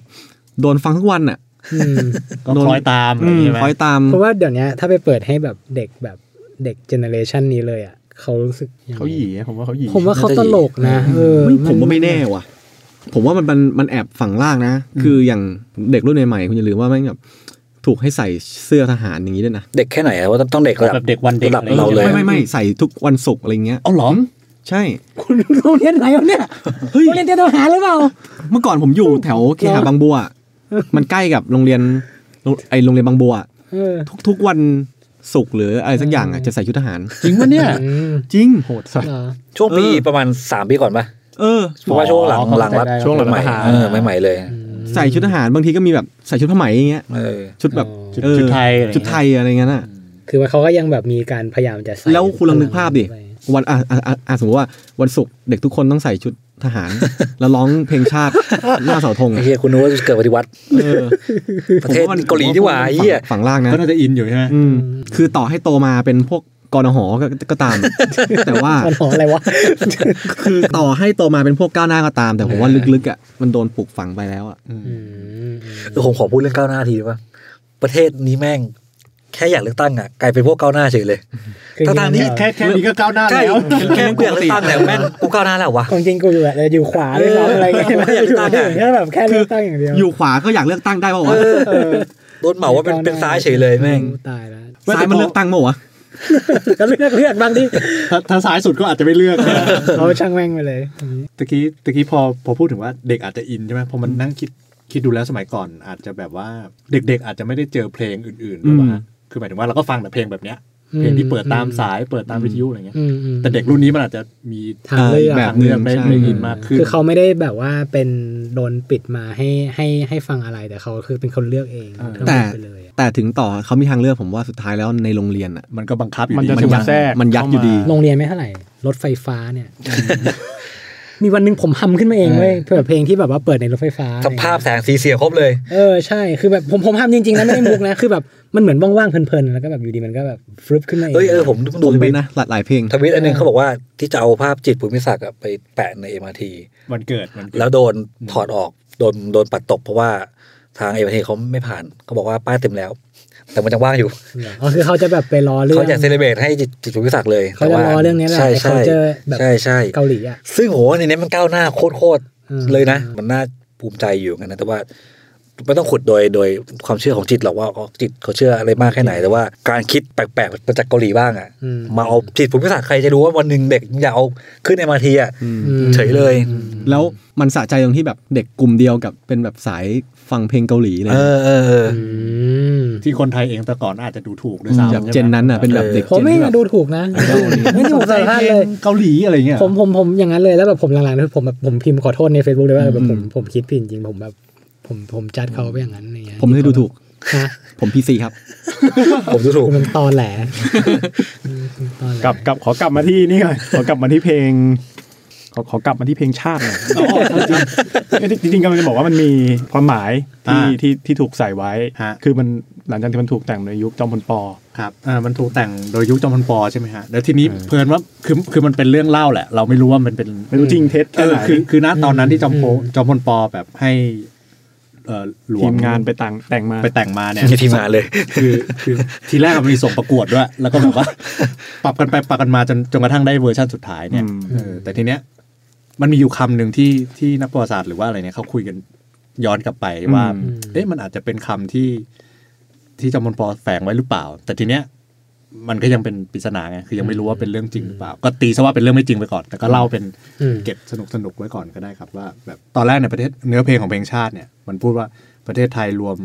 Speaker 2: โดนฟังทุกวันอะ
Speaker 6: อืม
Speaker 4: ก็คล้อยตามอะไร
Speaker 2: อื
Speaker 4: อย่างเงี้
Speaker 2: ม
Speaker 4: ยไหม
Speaker 2: คอยตาม
Speaker 6: เพราะว่าเดี๋ยวเนี้ยถ้าไปเปิดให้แบบเด็กแบบเด็กเจเนอเรชันนี้เลยอ่ะเขารู้สึกยังไง
Speaker 5: เขาหยีอะผมว่าเขาหยี
Speaker 6: ผมว่าเขาตลกนะเออ
Speaker 2: เฮ้ยผมว่าไม่แน่ว่ะ ผมว่ามันมันมันแอบฝังล่างนะ คืออย่างเด็กรุ่นใหม่ๆคุณอย่าลืมว่าแม่งแบบถูกให้ใส่เสื้อทหารอย่างนี้ด้วยนะ
Speaker 7: ๆเด็กแค่ไหนอะว่าต้องเด็กระดั
Speaker 4: แบบ บเด็กวันเด็ก
Speaker 7: ระดับเราเลย
Speaker 2: ไม่ไม่ไม่ใส่ทุกวันศุกร์อะไรเงี้ย
Speaker 4: เอาหรอ
Speaker 2: ใช่
Speaker 6: คุณโรงเรียนไหนวะเนี่ย
Speaker 2: เฮ้ย
Speaker 6: โรงเรียนเตรียมทหารหรือเปล่า
Speaker 2: เมื่อก่อนผมอยู่แถวเคหะบางบัว มันใกล้กับโรงเรียนโรงไอโรงเรียนบางบัว
Speaker 6: เออ
Speaker 2: ทุกทุกวันศุกร์หรืออะไรสักอย่างอ่ะจะใส่ชุดทหาร
Speaker 4: จริงปะเนี่ย
Speaker 6: อืม
Speaker 2: จริง
Speaker 5: โหดสัส
Speaker 6: เหรอ
Speaker 7: ช่วงปี
Speaker 2: เออ
Speaker 7: ประมาณสามปีก่อนปะ
Speaker 2: เออ
Speaker 7: เพราะว่าช่วงหลัง
Speaker 4: อ๋อ
Speaker 7: หลังรับ
Speaker 4: ช่วงหลัง
Speaker 7: ใหม่
Speaker 4: ทหาร
Speaker 7: เออใหม่ๆเลย
Speaker 6: อืม
Speaker 2: ใส่ชุดทหารบางทีก็มีแบบใส่ชุดผ้าไหมอย่างเงี้ย
Speaker 7: เออ
Speaker 2: ชุดแบบ
Speaker 4: ชุด
Speaker 2: เออ
Speaker 4: ชุดไทยอะไรอย่างเงี้ย
Speaker 2: ชุดไทยอะไรเงี้ยน่ะ
Speaker 6: คือว่าเขาก็ยังแบบมีการพยายามจะใส่
Speaker 2: แล้วคุณลองนึกภาพดิ
Speaker 6: ไป
Speaker 2: วันอ่ะอ่ะอ่ะอ่ะสมมติว่าวันศุกร์เด็กทุกคนต้องใส่ชุดทหาร แล้วร้องเพลงชาติ *laughs* หน้าเสาธง
Speaker 7: ไอ้
Speaker 2: อ่ะ
Speaker 7: เฮียคุณนึกว่าจะเกิดปฏิวัติ
Speaker 2: เออ
Speaker 7: ประเทศเกาหลีนี่หว่าไอ้เฮีย
Speaker 2: ฝั่งล่างนะ
Speaker 4: ก็น่าจะอินอยู่ใช่ไหม
Speaker 2: อืมคือต่อให้โตมาเป็นพวกกรหอก็ก็ตาม *laughs* แต่ว่า
Speaker 6: มันหออะไรวะ
Speaker 2: คือต่อให้โตมาเป็นพวกก้าวหน้าก็ตาม แต่ผมว่าลึกๆอ่ะมันโดนปลูกฝังไปแล้วอ่ะ
Speaker 6: อืม
Speaker 7: เออผมขอพูดเรื่องก้าวหน้าทีได้ปะประเทศนี้แม่ง แค่อยากเลือกตั้งอ่ะกลายเป็นพวกก้าวหน้าเฉยเลย
Speaker 6: คือ
Speaker 7: ทางๆที่
Speaker 4: แค่แค่นี้ก็ก้าวหน้า
Speaker 7: ใช่
Speaker 4: แล้ว
Speaker 7: แค่กูอยากเลือกตั้งแต่แม่งกูก้าวหน้าแล้ววะ
Speaker 6: ของจริงกูอยู่แบบอยู่ขวาด้วยซ้ำอะไรเงี้ย
Speaker 7: เอออยาก
Speaker 6: อยู่
Speaker 7: ตั้ง
Speaker 6: ที่
Speaker 7: อะ
Speaker 6: อื่นแค่แบบแค่เลือกตั้งอย่างเดียว
Speaker 2: อยู่ขวาก็อยากเลือกตั้งได้ป่าวะ
Speaker 7: โดนเหมาว่าเป็นเป็นซ้ายเฉยเลยแม่ง
Speaker 6: ตายแล้ว
Speaker 2: ซ้ายมันเลือกตั้งป่าวะ
Speaker 6: ก็เลือกเลือกบางดิ
Speaker 4: ถ้าถ้าซ้ายสุดก็อาจจะไม่เลือกนะ
Speaker 6: เอาช่างแม่งไปเลย
Speaker 4: ตะกี้ตะกี้พอพอพูดถึงว่าเด็กอาจจะอินใช่ไหมพอมันนั่งคิดคิดดูแล้วสมัยก่อนอาจจะแบบว่าเด็กๆ อาจจะไม่ได้เจอเพลงอื่นๆแบบว่าคือหมายถึงว่าเราก็ฟังแต่เพลงแบบเนี้ย
Speaker 6: อืม
Speaker 4: เพลงที่เปิดตามสายเปิดตามวิทยุอะไรเงี้ย
Speaker 6: อืมอืม
Speaker 4: แต่เด็กรุ่นนี้มันอาจจะมี
Speaker 6: ทางเลือก
Speaker 2: แบบหนึง
Speaker 4: ได้
Speaker 2: ใช่
Speaker 4: ได้ยินมากขึ้น
Speaker 6: คือเขาไม่ได้แบบว่าเป็นโดนปิดมาให้ให้ให้ฟังอะไรแต่เขาคือเป็นคนเลือกเองเขา
Speaker 2: แต่
Speaker 6: เลือกไปเลยอะ
Speaker 2: แต่ถึงต่อเขามีทางเลือกผมว่าสุดท้ายแล้วในโรงเรียนอ่ะ
Speaker 4: มันก็บังคับอยู่
Speaker 5: มัน
Speaker 4: ดี
Speaker 5: จะ
Speaker 4: มัน
Speaker 5: ถูก
Speaker 4: ยัด
Speaker 5: แทรก
Speaker 2: มันยัดอยู่ดี
Speaker 5: เข้ามา
Speaker 6: โรงเรียนไม่เท่าไหร่รถไฟฟ้าเนี่ย มีวันหนึงผมทำขึ้นมาเองเว้ยเพื่อเพลงที่แบบว่าเปิดในรถไฟฟ้าอะไร
Speaker 7: ส
Speaker 6: เงี้ย
Speaker 7: ภาพแสงสีเสียงครบเลย
Speaker 6: เออใช่คือแบบผมผมทำจริงๆนะไม่ได้มุกนะ คือแบบมันเหมือนว่างๆเพลินๆแล้วก็แบบอยู่ดีมันก็แบบฟลุปขึ้นมาเอง
Speaker 7: เอ้ยเออผม
Speaker 2: ผ
Speaker 7: ดู
Speaker 2: ม
Speaker 7: ท
Speaker 2: เป็
Speaker 7: วิ
Speaker 2: น
Speaker 7: ต
Speaker 2: นะหลายหลายเพลง
Speaker 7: ทวิตอันหนึงเขาบอกว่าที่จะเอาภาพจิตภูมิศักดิ์อะไปแปะในเอ็มอาร์ที
Speaker 4: มันเกิดมันเกิด
Speaker 7: แล้วโดนถอดออกโดนโดนปัดตก เพราะว่าทางเอ็มอาร์ทีเขาไม่ผ่านเขาบอกว่าป้ายเต็มแล้ว แต่มันยังว่างอยู่
Speaker 6: อ๋อคือเขาจะแบบไปรอเรื่อง
Speaker 7: เขาอยากเซเลเบรตให้จิตจิตภูมิศักดิ์เลย
Speaker 6: เขาจะ
Speaker 7: แต่ว่
Speaker 6: ล้อเรื่องนี้แหละ
Speaker 7: ใช่
Speaker 6: ไอ้
Speaker 7: ใช่
Speaker 6: culture แบบ
Speaker 7: ใช่ใช่
Speaker 6: เกาหลีอ่ะ
Speaker 7: ซึ่งโหในนี้มันก้าวหน้าโคตร
Speaker 6: อืม
Speaker 7: ๆเลยนะ มันน่าภูมิใจอยู่เหมือนกันนะแต่ว่าไม่ต้องขุดโดยโดยความเชื่อของจิตหรอกว่าเขาจิตเขาเชื่ออะไรมากแค่ไหน แต่ว่าการคิดแปลกๆมาจากเกาหลีบ้างอ่ะ
Speaker 6: อืม
Speaker 7: มาเอาจิตภูมิศาสตร์ใครจะรู้ว่าวันหนึ่งเด็กอยากเอาขึ้นในมาทีอ่ะเฉยเลย
Speaker 2: แล้วมันสะใจตรงที่แบบเด็กกลุ่มเดียวกับเป็นแบบสายฟังเพลงเกาหลีเลย
Speaker 7: เออเออเออ
Speaker 6: อืม
Speaker 4: ที่คนไทยเองแต่ก่อนอาจจะดูถูกด้วยซ้ำ
Speaker 2: แบบ
Speaker 4: ใช่ไหม
Speaker 2: เจนนั้นอ่ะเป็นแบบเด็ก
Speaker 6: ผม
Speaker 2: เจน
Speaker 6: ไม่
Speaker 2: ที่แบ
Speaker 6: มา
Speaker 2: บ
Speaker 6: ดูถูกนะไม่ได้ผมสารภาพเลย
Speaker 4: เกาหลีอะไรเงี้ย
Speaker 6: ผมผมผมอย่างนั้นเลยแล้วแบบผมหลังๆนะผมแบบผมพิมพ์ขอโทษใน Facebook เลยว่าแบบผมผมคิดผิดจริงผมแบบ ผมผมจัดเขาไปอย่างนั้นอะไรเงี้ย
Speaker 2: ผมไม่ได้ดูถูก
Speaker 6: นะ
Speaker 2: ผมพีซีครับ
Speaker 7: ผมดูถู
Speaker 6: คื
Speaker 7: ก
Speaker 6: อมันตอนแหลตอนแหล
Speaker 5: กลับกลับขอกลับมาที่นี่ก่อนขอกลับมาที่เพลง ขอขอกลับมาที่เพลงชาติหน่อยจริงๆจริงๆกำลังจะบอกว่ามันมีความหมายที่ที่ที่ถูกใส่ไว้ คือมัน หลังจากที่มันถูกแต่งในยุคจอมพลปอ
Speaker 4: ครับอ่ามันถูกแต่งโดยยุคจอมพลปอใช่ไหมฮะแล้วทีนี้เพลินว่าคือคือมันเป็นเรื่องเล่าแหละ เราไม่รู้ว่ามันเป็น
Speaker 1: ไม่รู้จริงเท็จ
Speaker 4: เอ
Speaker 1: แค่ไห
Speaker 4: อน คือคือณตอนนั้นที่จอมโพ
Speaker 6: อืม
Speaker 4: จอมพลปอแบบให้ เอ่อหลว
Speaker 5: ที
Speaker 4: ง
Speaker 5: มงานไปต่างแต่งมา
Speaker 4: ไปแต่งมาเนี่ย *laughs*
Speaker 7: ในทีมงานเลย
Speaker 4: คือคือทีแรกมันมีส่งประกวดด้วย แล้วก็แบบว่า *laughs* ปรับกันไปปรับกันมาจนจนกระทั่งได้เวอร์ชันสุดท้ายเนี่ย
Speaker 5: อืม
Speaker 4: เออแต่ทีเนี้ย มันมีอยู่คำหนึ่งที่ที่นักประวัติศาสตร์หรือว่าอะไรเนี่ยเขาคุยกันย้อนกลับไปว่า
Speaker 5: อืม
Speaker 4: เอ๊ะมันอาจจะเป็นคำที่ที่จอมพลปอแฝงไว้หรือเปล่า แต่ทีเนี้ยมันก็ยังเป็นปริศนาไงคือยังไม่รู้ว่าเป็นเรื่องจริงหรือเปล่า ก็ตีซะว่าเป็นเรื่องไม่จริงไปก่อน แต่ก็เล่าเป็น
Speaker 6: อืม
Speaker 4: เก็บสนุกสนุกๆไว้ก่อนก็ได้ครับว่าแบบตอนแรกเนี่ยประเทศเนื้อเพลงของเพลงชาติเนี่ยมันพูดว่าประเทศไทยรวม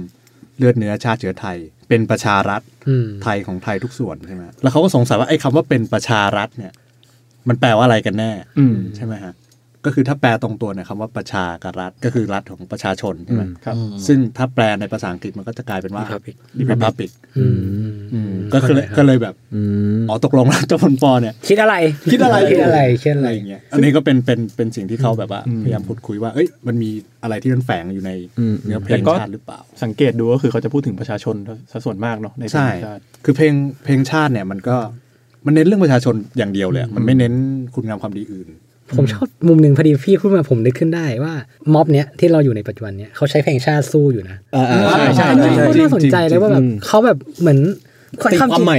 Speaker 4: เลือดเนื้อชาติเชื้อไทย เป็นประชารัฐ
Speaker 6: อืม
Speaker 4: ไทยของไทยทุกส่วนใช่ไหมแล้วเขาก็สงสัยว่าไอ้คำว่าเป็นประชารัฐเนี่ย มันแปลว่าอะไรกันแน่
Speaker 5: อืม
Speaker 4: ใช่ไหมฮะก็คือถ้าแปลตรงตัวเนี่ยคำว่าประชากับรัฐก็คือรัฐของประชาชนใช่ไหม
Speaker 5: ครับ
Speaker 7: อืม
Speaker 4: ซึ่งถ้าแปลในภาษาอังกฤษมันก็จะกลายเป็นว่า
Speaker 7: Republic
Speaker 4: ริพับบิก
Speaker 6: อืม
Speaker 4: ก็คือเลยก็เลยแบบ
Speaker 2: อืม
Speaker 4: อ๋อตกลงแล้วเจ้าพลปอเนี่ย
Speaker 6: คิดอะไร
Speaker 4: คิดอะไร
Speaker 6: คิดอะไรคิด
Speaker 4: อะ
Speaker 6: อะไรไร
Speaker 4: อย่างเงี้ย อันนี้ก็เป็นเป็นเป็นสิ่งที่เขาแบบว่า
Speaker 5: อืม
Speaker 4: พยายามพูดคุยว่า เอ้ยมันมีอะไรที่มันแฝงอยู่ใน
Speaker 2: อืม
Speaker 4: เนื้อเพลงชาติหรือเปล่า
Speaker 5: สังเกตดูก็คือเขาจะพูดถึงประชาชนซะส่วนมากเนาะในเพล
Speaker 4: ใช่
Speaker 5: งชาติ
Speaker 4: คือเพลงเพลงชาติเนี่ยมันก็มันเน้นเรื่องประชาชนอย่างเดียวเลยอะมันไม่เน้นคุณงามความดีอื่น
Speaker 6: ผมชอบมุมหนึ่งพอดีพี่พูดมาผมนึกขึ้นได้ว่าม็อบเนี้ยที่เราอยู่ในปัจจุบันเนี้ยเขาใช้เพลงชาติสู้อยู่นะ
Speaker 2: อ่าอ่าใช่
Speaker 6: อั
Speaker 2: ใช่
Speaker 6: นนี้
Speaker 2: ใช่
Speaker 6: ก็น่าสนใจเลยว่าแบบ
Speaker 2: จริง
Speaker 6: เขาแบบเหมือน
Speaker 2: ตีความใหม่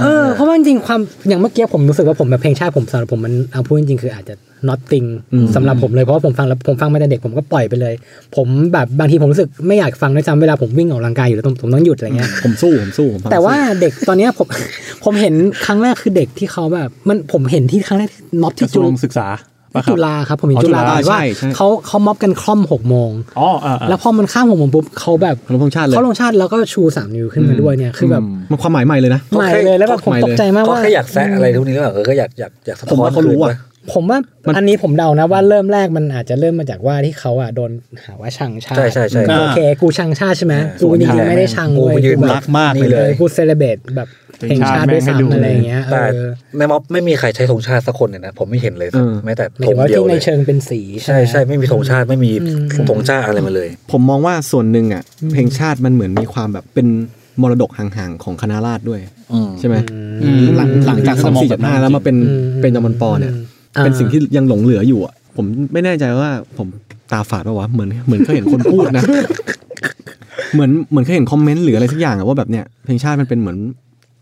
Speaker 6: เออเพราะว่าจริงๆความอย่างเมื่อกี้ผมรู้สึกว่าผมแบบเพลงชาติผมสำหรับผมมันเอาพูดจริงๆคืออาจจะ nothing
Speaker 2: อืม
Speaker 6: สำหรับผมเลยเพราะว่าผมฟังแล้วผมฟังมาตั้งแต่เด็กผมก็ปล่อยไปเลย ผมแบบบางทีผมรู้สึกไม่อยากฟังด้วยซ้ำเวลาผมวิ่งออกกำลังกายอยู่แล้วผมผมต้องหยุดอะไรเงี้ย
Speaker 2: ผมสู้ผมสู้ผมฟัง
Speaker 6: แต่ว่าเด็กตอนเนี้ยผม *laughs* ผมเห็นครั้งแรกคือเด็กที่เขาแบบ มันผมเห็นที่ครั้งแรกที่ม็อบ
Speaker 5: ก
Speaker 6: ที่
Speaker 5: ระทร
Speaker 6: จุ
Speaker 5: ว
Speaker 6: ล
Speaker 5: งศึกษาปะครับ
Speaker 6: จุฬาครับผมเห็น
Speaker 5: อ๋อ
Speaker 6: จุฬา
Speaker 5: จุฬา
Speaker 6: ว่า
Speaker 2: ใช่ใช่
Speaker 6: เขาเขาม็อบกันคล่อมหกโมง
Speaker 5: อ๋ออ่า
Speaker 6: แล้วพอมันข้ามหกโมงปุ๊บเขาแบบ
Speaker 2: ขนมพงชาติเลย
Speaker 6: เขาลงชาติแล้วก็ชูสามนิ้วขึ้นมาด้วยเนี่ยคือแบบ
Speaker 2: มันความหมายใหม่เลยนะ
Speaker 6: ใหม่เลยแล้วแบบผม
Speaker 2: ใหม่เลย
Speaker 6: ตกใจมาก
Speaker 7: ก็
Speaker 6: ว่า
Speaker 7: แค่อยากแซะอะไรทุกนี้หรือเปล่าเออก็อยากอยากอยากสะ
Speaker 2: ผม
Speaker 7: ท้อน
Speaker 2: ว่าเขารู้อะ
Speaker 7: คืนไป
Speaker 6: ผมว่า
Speaker 2: มัน
Speaker 6: อันนี้ผมเดานะว่าเริ่มแรกมันอาจจะเริ่มมาจากว่าที่เขาอ่ะโดนหาว่าชังชาติ
Speaker 7: ใช่ใช่ใช่
Speaker 4: อ่า
Speaker 6: โอเคกูชังชาติใช่ไหมกูจริงๆไม่ได้ชัง
Speaker 7: กู
Speaker 6: เว้ย
Speaker 7: ยืน
Speaker 6: กูแบบ
Speaker 7: รั
Speaker 4: รั
Speaker 7: ก
Speaker 4: กมาก
Speaker 7: นี่
Speaker 4: เลย
Speaker 7: เลย
Speaker 6: กูเซเลบรตแบบเพลงชาติด้วยซ้ำอะไรอย่างเงี้ย
Speaker 7: แต่
Speaker 6: เออ
Speaker 7: ในม็อบไม่มีใครใช้ธงชาติสักคนเลยนะ ผมไม่เห็นเลย
Speaker 2: เออ
Speaker 7: แม้แต่
Speaker 6: หมาย
Speaker 7: ธ
Speaker 6: ถึ
Speaker 7: ง
Speaker 6: งว่า
Speaker 7: เดียว
Speaker 6: ที่
Speaker 7: เล
Speaker 6: ใน
Speaker 7: ย
Speaker 6: เชิงเป็นสี
Speaker 7: ใช่
Speaker 6: ไหม
Speaker 7: ใช่ไม่มีธงชาติไม่มี
Speaker 6: อืม
Speaker 7: ธงชาติอะไรมาเลย
Speaker 2: ผมมองว่าส่วนหนึ่งอ่ะ เพลงชาติมันเหมือนมีความแบบเป็นมรดกห่างๆของคณะราษฎรด้วย
Speaker 7: อืม
Speaker 2: ใช่ไหม
Speaker 6: อืม
Speaker 2: หลังหลังจากสองสี่เจ็ดห้าแล้วมาเป็น
Speaker 6: อืม
Speaker 2: เป็นจอมพลปอเนี่ย
Speaker 6: อ่า
Speaker 2: เป็นสิ่งที่ยังหลงเหลืออยู่อ่ะ ผมไม่แน่ใจว่าผมตาฝาดปะวะเหมือนเหมือนเคยเห็นคนพูดนะ *laughs* เหมือนเหมือนเคยเห็นคอมเมนต์หรืออะไรสักอย่างอะว่าแบบเนี่ยเพลงชาติมันเป็นเหมือน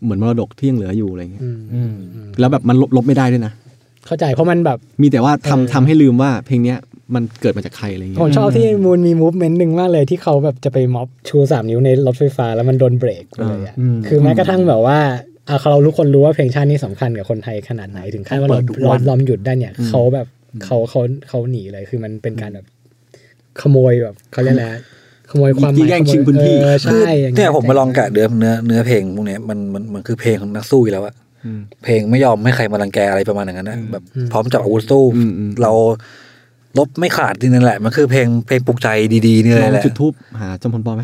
Speaker 2: เหมือนมรดกที่ยังเหลืออยู่อะไรเงี้ย
Speaker 6: อืม
Speaker 2: แล้วแบบมันลบลบไม่ได้ด้วยนะ
Speaker 6: เข้าใจเพราะมันแบบ
Speaker 2: มีแต่ว่าทำ
Speaker 6: เออ
Speaker 2: ทำให้ลืมว่าเพลงเนี้ยมันเกิดมาจากใครอะไรเงี้
Speaker 6: ผม
Speaker 2: ย
Speaker 6: ชอบที่มูนมีมูฟเมนต์หนึ่งมากเลยที่เขาแบบจะไปม็อบชูสามนิ้วในรถไฟฟ้าแล้วมันโดนเบรกไปเลยอ่ะคือแม้กระทั่งแบบว่าอ่ะเรารู้คนรู้ว่าเพลงชาตินี่สำคัญกับคนไทยขนาดไหนถึงขั้นว่าเราเราล้อมหยุดได้เนี่ยเขาแบบเขาเขาเขาหนีเลยคือมันเป็นการแบบขโมยแบบเขาเรียกอะไรอะขโมยความห
Speaker 2: ที่
Speaker 6: มาย
Speaker 2: แย่งชิงพื้นที่
Speaker 6: เออใช่อางงี้
Speaker 7: เนี่ยผมมาลองกะเนื้อเนื้อเนื้อเพลงพวกเนี้ยมันมันมันคือเพลงของนักสู้อยู่แล้วอะ
Speaker 2: อืม
Speaker 7: เพลงไม่ยอมให้ใครมารังแกอะไรประมาณอย่างนั้นนะแบบ
Speaker 6: อืม
Speaker 7: พร้อมจับอาวุธสู้
Speaker 2: อืมอืม
Speaker 7: เราลบไม่ขาดนี่นั่นแหละ มันคือเพลงเพลงปลุกใจดีๆนี่
Speaker 2: ลอ
Speaker 7: เล
Speaker 2: ย ง
Speaker 7: แหละ
Speaker 2: จุดทูบหาจอมพลปอไหม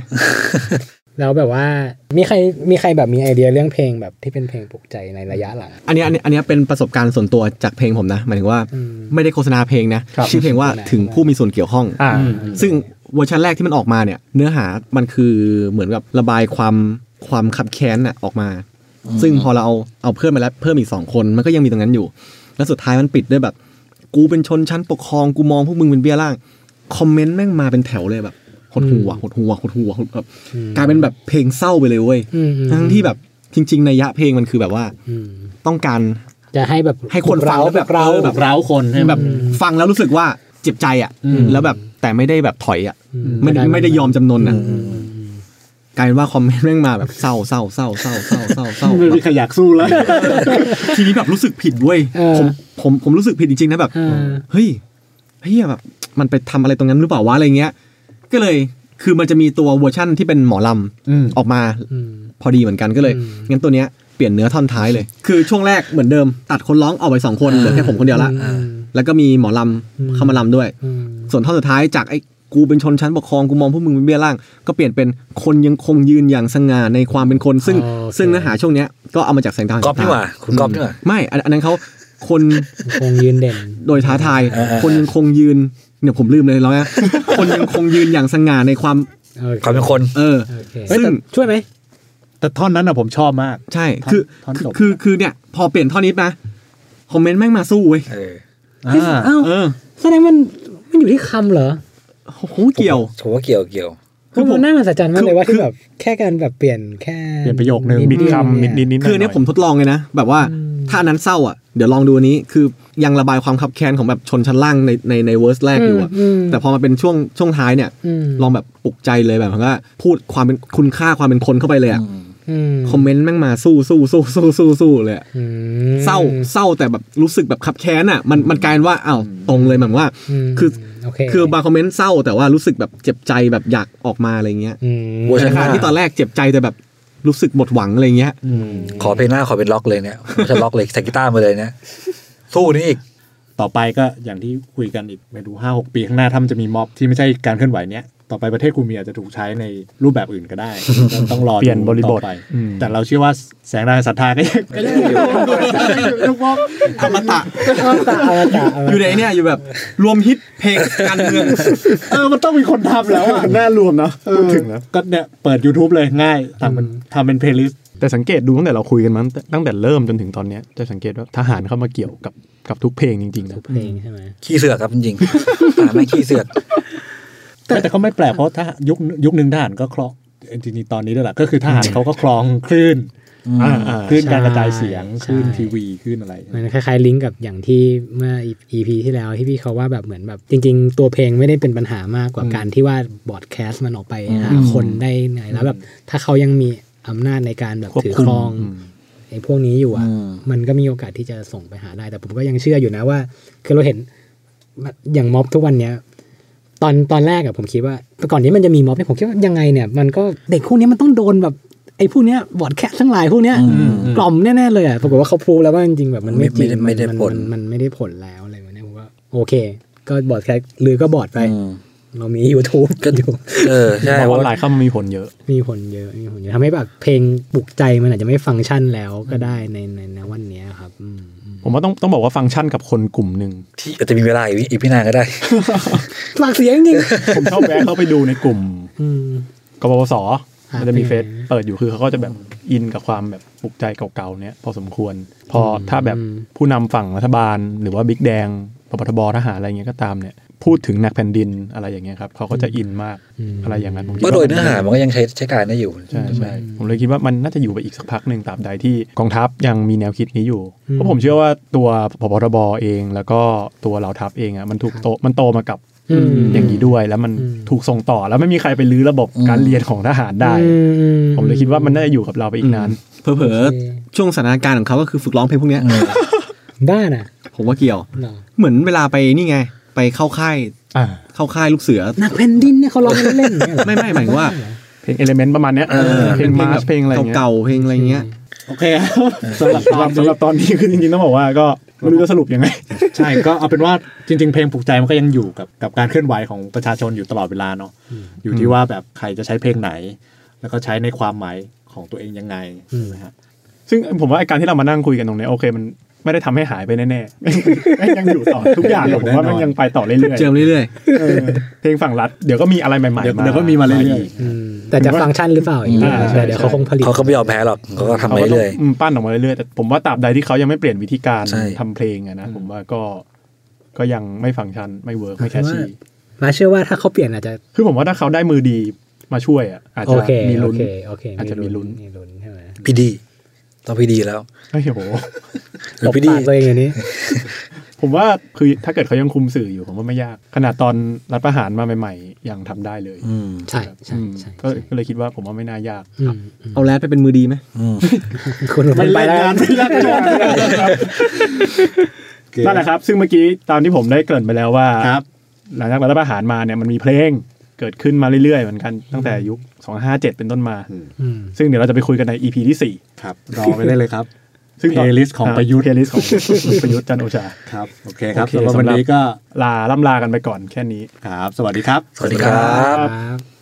Speaker 6: แล้วแบบว่ามีใครมีใครแบบมีไอเดียเรื่องเพลงแบบที่เป็นเพลงปลุกใจในระยะหลัง
Speaker 2: อันเนี้ยอันเนี้ยอันเนี้ยเป็นประสบการณ์ส่วนตัวจากเพลงผมนะหมายถึงว่า
Speaker 6: อืม
Speaker 2: ไม่ได้โฆษณาเพลงนะครับ ชื่อเพลงว่า
Speaker 6: ไม่ได้
Speaker 2: ถึงผู้มีส่วนเกี่ยวข้อง
Speaker 5: อ่า
Speaker 2: ซึ่งเวอร์ชันแรกที่มันออกมาเนี่ย เนื้อหามันคือเหมือนกับระบายความความขับแค้นน่ะออกมา ซึ่งพอเราเอาเอาเพื่อนมาแล้วเพิ่มอีกสองคนมันก็ยังมีตรงนั้นอยู่ แล้วสุดท้ายมันปิดด้วยแบบ กูเป็นชนชั้นปกครองกูมองพวกมึงเป็นเบี้ยล่างคอมเมนต์แม่งมาเป็นแถวเลยแบบหดหัวหดหัวหดหัวหดแบบ
Speaker 6: อืม
Speaker 2: กลายเป็นแบบเพลงเศร้าไปเลยเว้ย
Speaker 6: อืมอืม
Speaker 2: ทั้งที่แบบจริง ๆ ในยะเพลงมันคือแบบว่า
Speaker 6: อืม
Speaker 2: ต้องการ
Speaker 6: จะให้แบบ
Speaker 2: ให้คนฟังแล้วแบบ
Speaker 6: เรา
Speaker 2: ออ
Speaker 6: แบ
Speaker 2: แบบ บเราคนแบบฟังแล้วรู้สึกว่าเจ็บใจอ่ะ
Speaker 6: อืม
Speaker 2: แล้วแบบแต่ไม่ได้แบบถอยอ่ะ
Speaker 6: อืม
Speaker 2: ไม่ได้
Speaker 6: ไม่ได้
Speaker 2: ไม่ได้ยอมจำนนอ่ะกลายเป็นว่าคอมเมนต์แม่งมาแบบเศร้าเศร้าเศร้าเศร้าเศร้าเศร้าเศร้า
Speaker 4: ไม่มีใครอยากสู้แล้ว
Speaker 2: ทีนี้แบบรู้สึกผิดเว้ย
Speaker 6: เออ
Speaker 2: ผมผมผมรู้สึกผิดจริงๆนะแบบ
Speaker 6: เออ
Speaker 2: เฮ้ยเฮียแบบ มันไปทำอะไรตรงนั้นหรือเปล่าวะอะไรเงี้ย ก็เลยคือมันจะมีตัวเวอร์ชั่นที่เป็นหมอล
Speaker 4: อืม
Speaker 2: ำออกมา
Speaker 6: อืม
Speaker 2: พอดีเหมือนกันก็เลย
Speaker 6: อืม
Speaker 2: งั้นตัวเนี้ยเปลี่ยนเนื้อท่อนท้ายเลย คือช่วงแรกเหมือนเดิม ตัดคนร้องออกไปสองคนเหลือแค่ผมคนเดียวละ
Speaker 6: อืม
Speaker 2: แล้วก็มีหมอล
Speaker 6: อืม
Speaker 2: ำเข้ามาลำด้วย
Speaker 6: อืม
Speaker 2: ส่วนท่อนสุดท้ายจากไอ้กูเป็นชนชั้นปกครองกูมองพวกมึงเป็นเบี้ยล่าง ก็เปลี่ยนเป็นคนยังคงยืนอย่างสง่าในความเป็นคน ซึ่ง
Speaker 6: อ๋อโอเค
Speaker 2: ซึ่งเนื้อหาช่วงเนี้ยก็เอามาจากแสงดาว
Speaker 7: ก๊อปนี่หว่าคุณก๊อปนี่หว่า
Speaker 2: ไม่อันอันนั้นเขาคน
Speaker 6: คงยืนเด่น
Speaker 2: โดยท้าทาย
Speaker 7: เออเออ
Speaker 2: คนยังคงยืนเนี่ยผมลืมเลยแล้วนะ คนยังคงยืนอย่างสง่าในความ
Speaker 6: โอเค
Speaker 7: ความเป็นคน
Speaker 2: เออ
Speaker 6: โอเค
Speaker 2: ซึ่ง
Speaker 6: ช่วยไหม
Speaker 4: แต่ท่อนนั้นอ่ะผมชอบมาก
Speaker 2: ใช่
Speaker 4: ท่อน
Speaker 2: คือ
Speaker 4: ท่อน
Speaker 2: คือ
Speaker 4: จบ
Speaker 2: คือคือเนี่ย พอเปลี่ยนท่อนนี้นะคอมเมนต์แม่งมาสู้เว้ย
Speaker 7: เออ
Speaker 4: อ่า
Speaker 6: อ้าว
Speaker 2: เออ
Speaker 6: แสดงมันมันอยู่ที่คำเหรอ
Speaker 2: โอ้โหเกี่ยว
Speaker 7: ผมว่าเกี่ยวเกี่ยว
Speaker 2: คือผม
Speaker 6: มันน่ามาสัจจันมากเลยว่า
Speaker 2: คือ
Speaker 6: ที่แบบแค่การแบบเปลี่ยนแค่
Speaker 4: เปลี่ยนประโยคนึง
Speaker 5: บิดคำนิด
Speaker 6: เย
Speaker 5: นิดนิดห
Speaker 2: คือ อเนี่ย
Speaker 5: ห
Speaker 2: ผมทดลองเลยนะ แบบว่าถ้าอันนั้นเศร้าอ่ะเดี๋ยวลองดูอันนี้คือยังระบายความขับแค้นของแบบชนชั้นล่างในในในเวอร์สแรกอยู่อะ
Speaker 6: อืมอืม
Speaker 2: แต่พอมาเป็นช่วงช่วงท้ายเนี่ย
Speaker 6: ม
Speaker 2: ลองแบบปลุกใจเลยแบบว่าพูดความเป็นคุณค่าความเป็นคนเข้าไปเลยอ่ะ
Speaker 6: อืม
Speaker 2: คอมเมนต์แม่งมาสู้สู้สู้สู้สู้สู้เลยอะ
Speaker 6: อืม
Speaker 2: เศร้าเศร้าแต่แบบรู้สึกแบบขับแค้นอ่ะมันมันกลายเป็นว่าอ้าวตรงเลยแบบว่า
Speaker 6: ม
Speaker 2: คือ
Speaker 6: โอเค
Speaker 2: คือบางคอมเมนต์เศร้าแต่ว่ารู้สึกแบบเจ็บใจแบบอยากออกมาอะไรเงี้ย
Speaker 6: ม
Speaker 7: เวอร์ชั
Speaker 2: แต่ขณะที่ตอนแรกเจ็บใจแต่แบบรู้สึกหมดหวังอะไรเงี้ย
Speaker 7: ขอเพลงหน้าขอเป็นล็อกเลยเนี่ยผมจะล็อกเลยใส่กีตาร์มาเลยเนี่ยสู้นี่อีก
Speaker 4: ต่อไปก็อย่างที่คุยกันอีกไม่รู้ห้าหกปีข้างหน้าถ้ามันจะมีม็อบที่ไม่ใช่การเคลื่อนไหวเนี้ยต่อไปประเทศกูมีอาจจะถูกใช้ในรูปแบบอื่นก็ได้ *laughs* ต้องต้องรอดู
Speaker 5: เปลี่ยนบริบท
Speaker 4: ต่อไป
Speaker 5: อืม
Speaker 4: แต่เราเชื่อว่าแสงแรงศรัทธาก็ยังก็ยังอยู่ทุกม็อบ
Speaker 2: อมตะ
Speaker 6: อมตะอมตะอมตะ
Speaker 2: อยู่ในเนี่ยอยู่แบบรวมฮิตเพลงการ
Speaker 5: *laughs*
Speaker 2: เมือง
Speaker 4: เออมันต้องมีคนทำแล้วอ่ะ
Speaker 1: น่ารวมนะพูดถึงนะ
Speaker 4: ก็เนี่ยเปิด YouTube เลยง่ายทำเป็นทำเป็นเพลย์ลิสต์
Speaker 5: แต่สังเกตดูตั้งแต่เราคุยกันมาตั้งแต่ตั้งแต่เริ่มจนถึงตอนเนี้ยจะสังเกตว่าทหารเข้ามาเกี่ยวกับกับทุกเพลงจริงๆนะ
Speaker 6: เพลงใช่ไหม
Speaker 7: ขี้เสือกครับจริงๆหาไม่ขี้เสือก
Speaker 4: แต่ก็ไม่แปลกเพราะถ้ายุคยุคหนึ่งทหารก็คล้องจริงๆตอนนี้ด้วยแหละก็คือทหารเขาก็คลองคลื่น
Speaker 5: อ่าอ่า
Speaker 4: คลื่นการกระจายเสียงคลื่นทีวีคลื่นอะไร
Speaker 6: มันคล้ายๆลิงก์กับอย่างที่เมื่อ EP ที่แล้วที่พี่เขาว่าแบบเหมือนแบบจริง ๆ ตัวเพลงไม่ได้เป็นปัญหามากกว่าการที่ว่าบอดแคสต์มันออกไปหาคนได้ไงแล้วแบบถ้าเขายังมีอำนาจในการแบบ
Speaker 5: ควบ
Speaker 6: ถือ
Speaker 5: คุ
Speaker 6: ค
Speaker 5: ม
Speaker 6: รอง
Speaker 5: อืม
Speaker 6: ไอ้พวกนี้อยู่อ่ะ มันก็มีโอกาสที่จะส่งไปหาได้ แต่ผมก็ยังเชื่ออยู่นะว่า คือเราเห็นอย่างม็อบทุกวันเนี้ย ตอนตอนแรกอะผมคิดว่าก่อนนี้มันจะมีม็อบเนี่ยผมคิดว่ายังไงเนี่ย มันก็เด็กพวกนี้มันต้องโดนแบบไอ้พวกเนี้ยบอดแคสทั้งหลายพวกเนี้ยกล่อมแน่ๆเลยอะปรากฏว่าเขาพูดแล้วว่าจริงๆแบบมันไม่จริงนนนมันไม่ได้ผลแล้วอะไรแบบเนี้ยผมว่าโอเค ก็บอดแคสหรือก็บอดไปเรามี YouTube กันอยู่
Speaker 7: เออใช่
Speaker 5: เพราะอ
Speaker 7: ว่า
Speaker 5: อนไลน์เข้ามามีผลเยอะ
Speaker 6: มีผลเยอะมีผลเยอะทำให้แบบเพลงปลุกใจมันอาจจะไม่ฟังก์ชันแล้วก็ได้ในในในวันเนี้ยครับอืม
Speaker 5: ผมว่าต้องต้องบอกว่าฟังก์ชันกับคนกลุ่มหนึ่ง
Speaker 7: ที่อาจจะมีเวลาอีกอีกพี่นานก็ได้
Speaker 6: ปากเสียงจริง
Speaker 5: *laughs* ผมชอบแวะเข้าไปดูในกลุ่มกบพศมันจะมีเฟซ
Speaker 6: อ่า
Speaker 5: เปิดอยู่คือเขาก็จะแบบอินกับความแบบปลุกใจเก่าๆเนี่ยพอสมควร พอถ้าแบบผู้นำฝั่งรัฐบาล หรือว่าบิ๊กแดงปปทบทหารอะไรเงี้ยก็ตามเนี่ย พูดถึงหนักแผ่นดินอะไรอย่างเงี้ยครับเขาก็จะอินมากอะไรอย่างนั้นผมคิ
Speaker 7: ก็
Speaker 5: ว่า
Speaker 7: โดยเนื้อหามันก็ยังใช้ใช้การได้อยู่
Speaker 5: ใช่ใช่ผมเลยคิดว่ามันน่าจะอยู่ไปอีกสักพักหนึ่งตราบใดที่กองทัพยังมีแนวคิดนี้อยู่เพราะผมเชื่อว่าตัวพบทบเอง แล้วก็ตัวเหล่าทัพเองอ่ะมันถูกโตมันโตมากับ
Speaker 6: อืม
Speaker 5: อย่างนี้ด้วยแล้วมัน
Speaker 6: อืม
Speaker 5: ถูกส่งต่อแล้วไม่มีใครไปรื้อระบบการเรียนของทหารได้
Speaker 6: อื
Speaker 5: ผมเลยคิดว่ามันน่าจะอยู่กับเราไปอีกนาน
Speaker 2: เผลอๆช่วงสถานการณ์ของเขาก็คือฝึกร้องเพลงพวกเนี้ย
Speaker 6: บ้าน่ะ
Speaker 2: ผมว่าเกี่ยว
Speaker 6: เหรอ
Speaker 2: เหมือนเวลาไปนี่ไง ไปเข้าค่ายเข้าค่ายลูกเสือ
Speaker 6: นักแผ่นดินเนี่ยเขาร้องเล่นๆอย่างเงี้ยเรอ
Speaker 2: ไม่ไม่หมายถึงว่า
Speaker 5: เพลงเอลเมนต์ประมาณเนี้ยเพลงมาร์ชเพลงอะไรอย่างเงี้ย
Speaker 2: เก่าๆเพลงอะไรเงี้ย
Speaker 4: โอเคสำหรับต
Speaker 5: สำห
Speaker 4: อ
Speaker 5: รั
Speaker 4: น
Speaker 5: บ
Speaker 4: นี้
Speaker 5: สำหรับตอนนี้ *laughs* คือจริงๆต้องบอกว่าก็ไม่รู้จะสรุปยังไง
Speaker 4: ใช่ ก็เอาเป็นว่าจริง ๆ เพลงปลุกใจมันก็ยังอยู่กับกับการเคลื่อนไหวของประชาชนอยู่ตลอดเวลาเนาะอยู่ที่ว่าแบบใครจะใช้เพลงไหน แล้วก็ใช้ในความหมายของตัวเองยังไงนะฮะ
Speaker 5: ซึ่งผมว่าไอ้การที่เรามานั่งคุยกันตรงเนี้ยโอเคมันไม่ได้ทำให้หายไปแน่ๆ มันยังอยู่ต่อทุกอย่างอะ *laughs* ผมว่ามันยังไปต่อเรื่อย
Speaker 2: เจิมเรื่อย
Speaker 5: ๆเออเพลงฝั่งรัฐเดี๋ยวก็มีอะไรใหม่ๆ
Speaker 4: เดี๋ยว
Speaker 5: มา
Speaker 4: เดี๋ยวก็มีมาเรื่อยๆ
Speaker 6: อืมแต่จะฟังก์ชันหรือเปล่าอีก
Speaker 5: อ่าใช่
Speaker 6: แต่เดี๋ยวเขาคงผลิต
Speaker 7: เขาก็ไม่ยอมแพ้หรอกเขาก็ทำ
Speaker 5: เขา
Speaker 7: ไป
Speaker 5: ก็ต้อ
Speaker 7: เรื่อย
Speaker 5: งอืมปั้นออกมาเรื่อยๆแต่ผมว่าตราบใดที่เขายังไม่เปลี่ยนวิธีการ
Speaker 7: ใช่
Speaker 5: ทำเพลงอะนะผมว่าก็ก็ยังไม่ฟังก์ชันไม่เวิร์กไม่แคชชี่
Speaker 6: มาเชื่อว่าถ้าเขาเปลี่ยนอาจจะ
Speaker 5: คือผมว่าถ้าเขาได้มือดีมาช่วยอ่ะอาจ
Speaker 6: โอ
Speaker 5: จะ
Speaker 6: เค
Speaker 5: มี
Speaker 6: โอ
Speaker 5: ลุ้น
Speaker 6: เคโอเค
Speaker 5: อาจจะมีลุ้น
Speaker 6: มีลุ้นใช่ไหม
Speaker 7: พี่ดีต้องพี่ดีแล้ว
Speaker 5: เฮ้ยโห
Speaker 7: หรือ
Speaker 6: ตบ
Speaker 7: พี่ดี
Speaker 6: ปากตัวเองอย่างนี้
Speaker 5: ผมว่าคือถ้าเกิดเขายังคุมสื่ออยู่ผมว่าไม่ยาก ขนาดตอนรัฐประหารมาใหม่ๆ ยังทำได้เลย
Speaker 7: อืม
Speaker 6: ใช่ใช่
Speaker 5: อืม
Speaker 6: ใช่
Speaker 5: ก็ก็เลยคิดว่าผมว่าไม่น่ายาก
Speaker 6: อืมอืม
Speaker 2: ๆ เอาแรดไปเป็นมือดีไหม
Speaker 7: อืม
Speaker 6: คุณหนุ่มไปแล้ว
Speaker 5: นั่นแหละครับ ซึ่งเมื่อกี้ตามที่ผมได้เกริ่นไปแล้วว่า
Speaker 4: ครับ
Speaker 5: หลังจากรัฐประหารมาเนี่ยมันมีเพลงเกิดขึ้นมาเรื่อยๆเหมือนกันตั้งแต่ยุค 257 เป็นต้นมา
Speaker 6: อืม
Speaker 5: ซึ่งเดี๋ยวเราจะไปคุยกันใน EP ที่สี่
Speaker 4: ครับรอไปได้เลยครับ
Speaker 5: ซึ่งตอน
Speaker 4: Playlist ของประยุทธ์
Speaker 5: Playlist ของ *laughs* ประยุทธ์จันทร์โอชา
Speaker 4: ครับโอเคครับ
Speaker 5: โอเค
Speaker 4: สำหรับวัน
Speaker 5: สำหรับ
Speaker 4: นี้ก็
Speaker 5: ลาล่ำลากันไปก่อนแค่นี้
Speaker 4: ครับ สวัสดีครับ
Speaker 7: สวัสดีครับ
Speaker 6: ครับ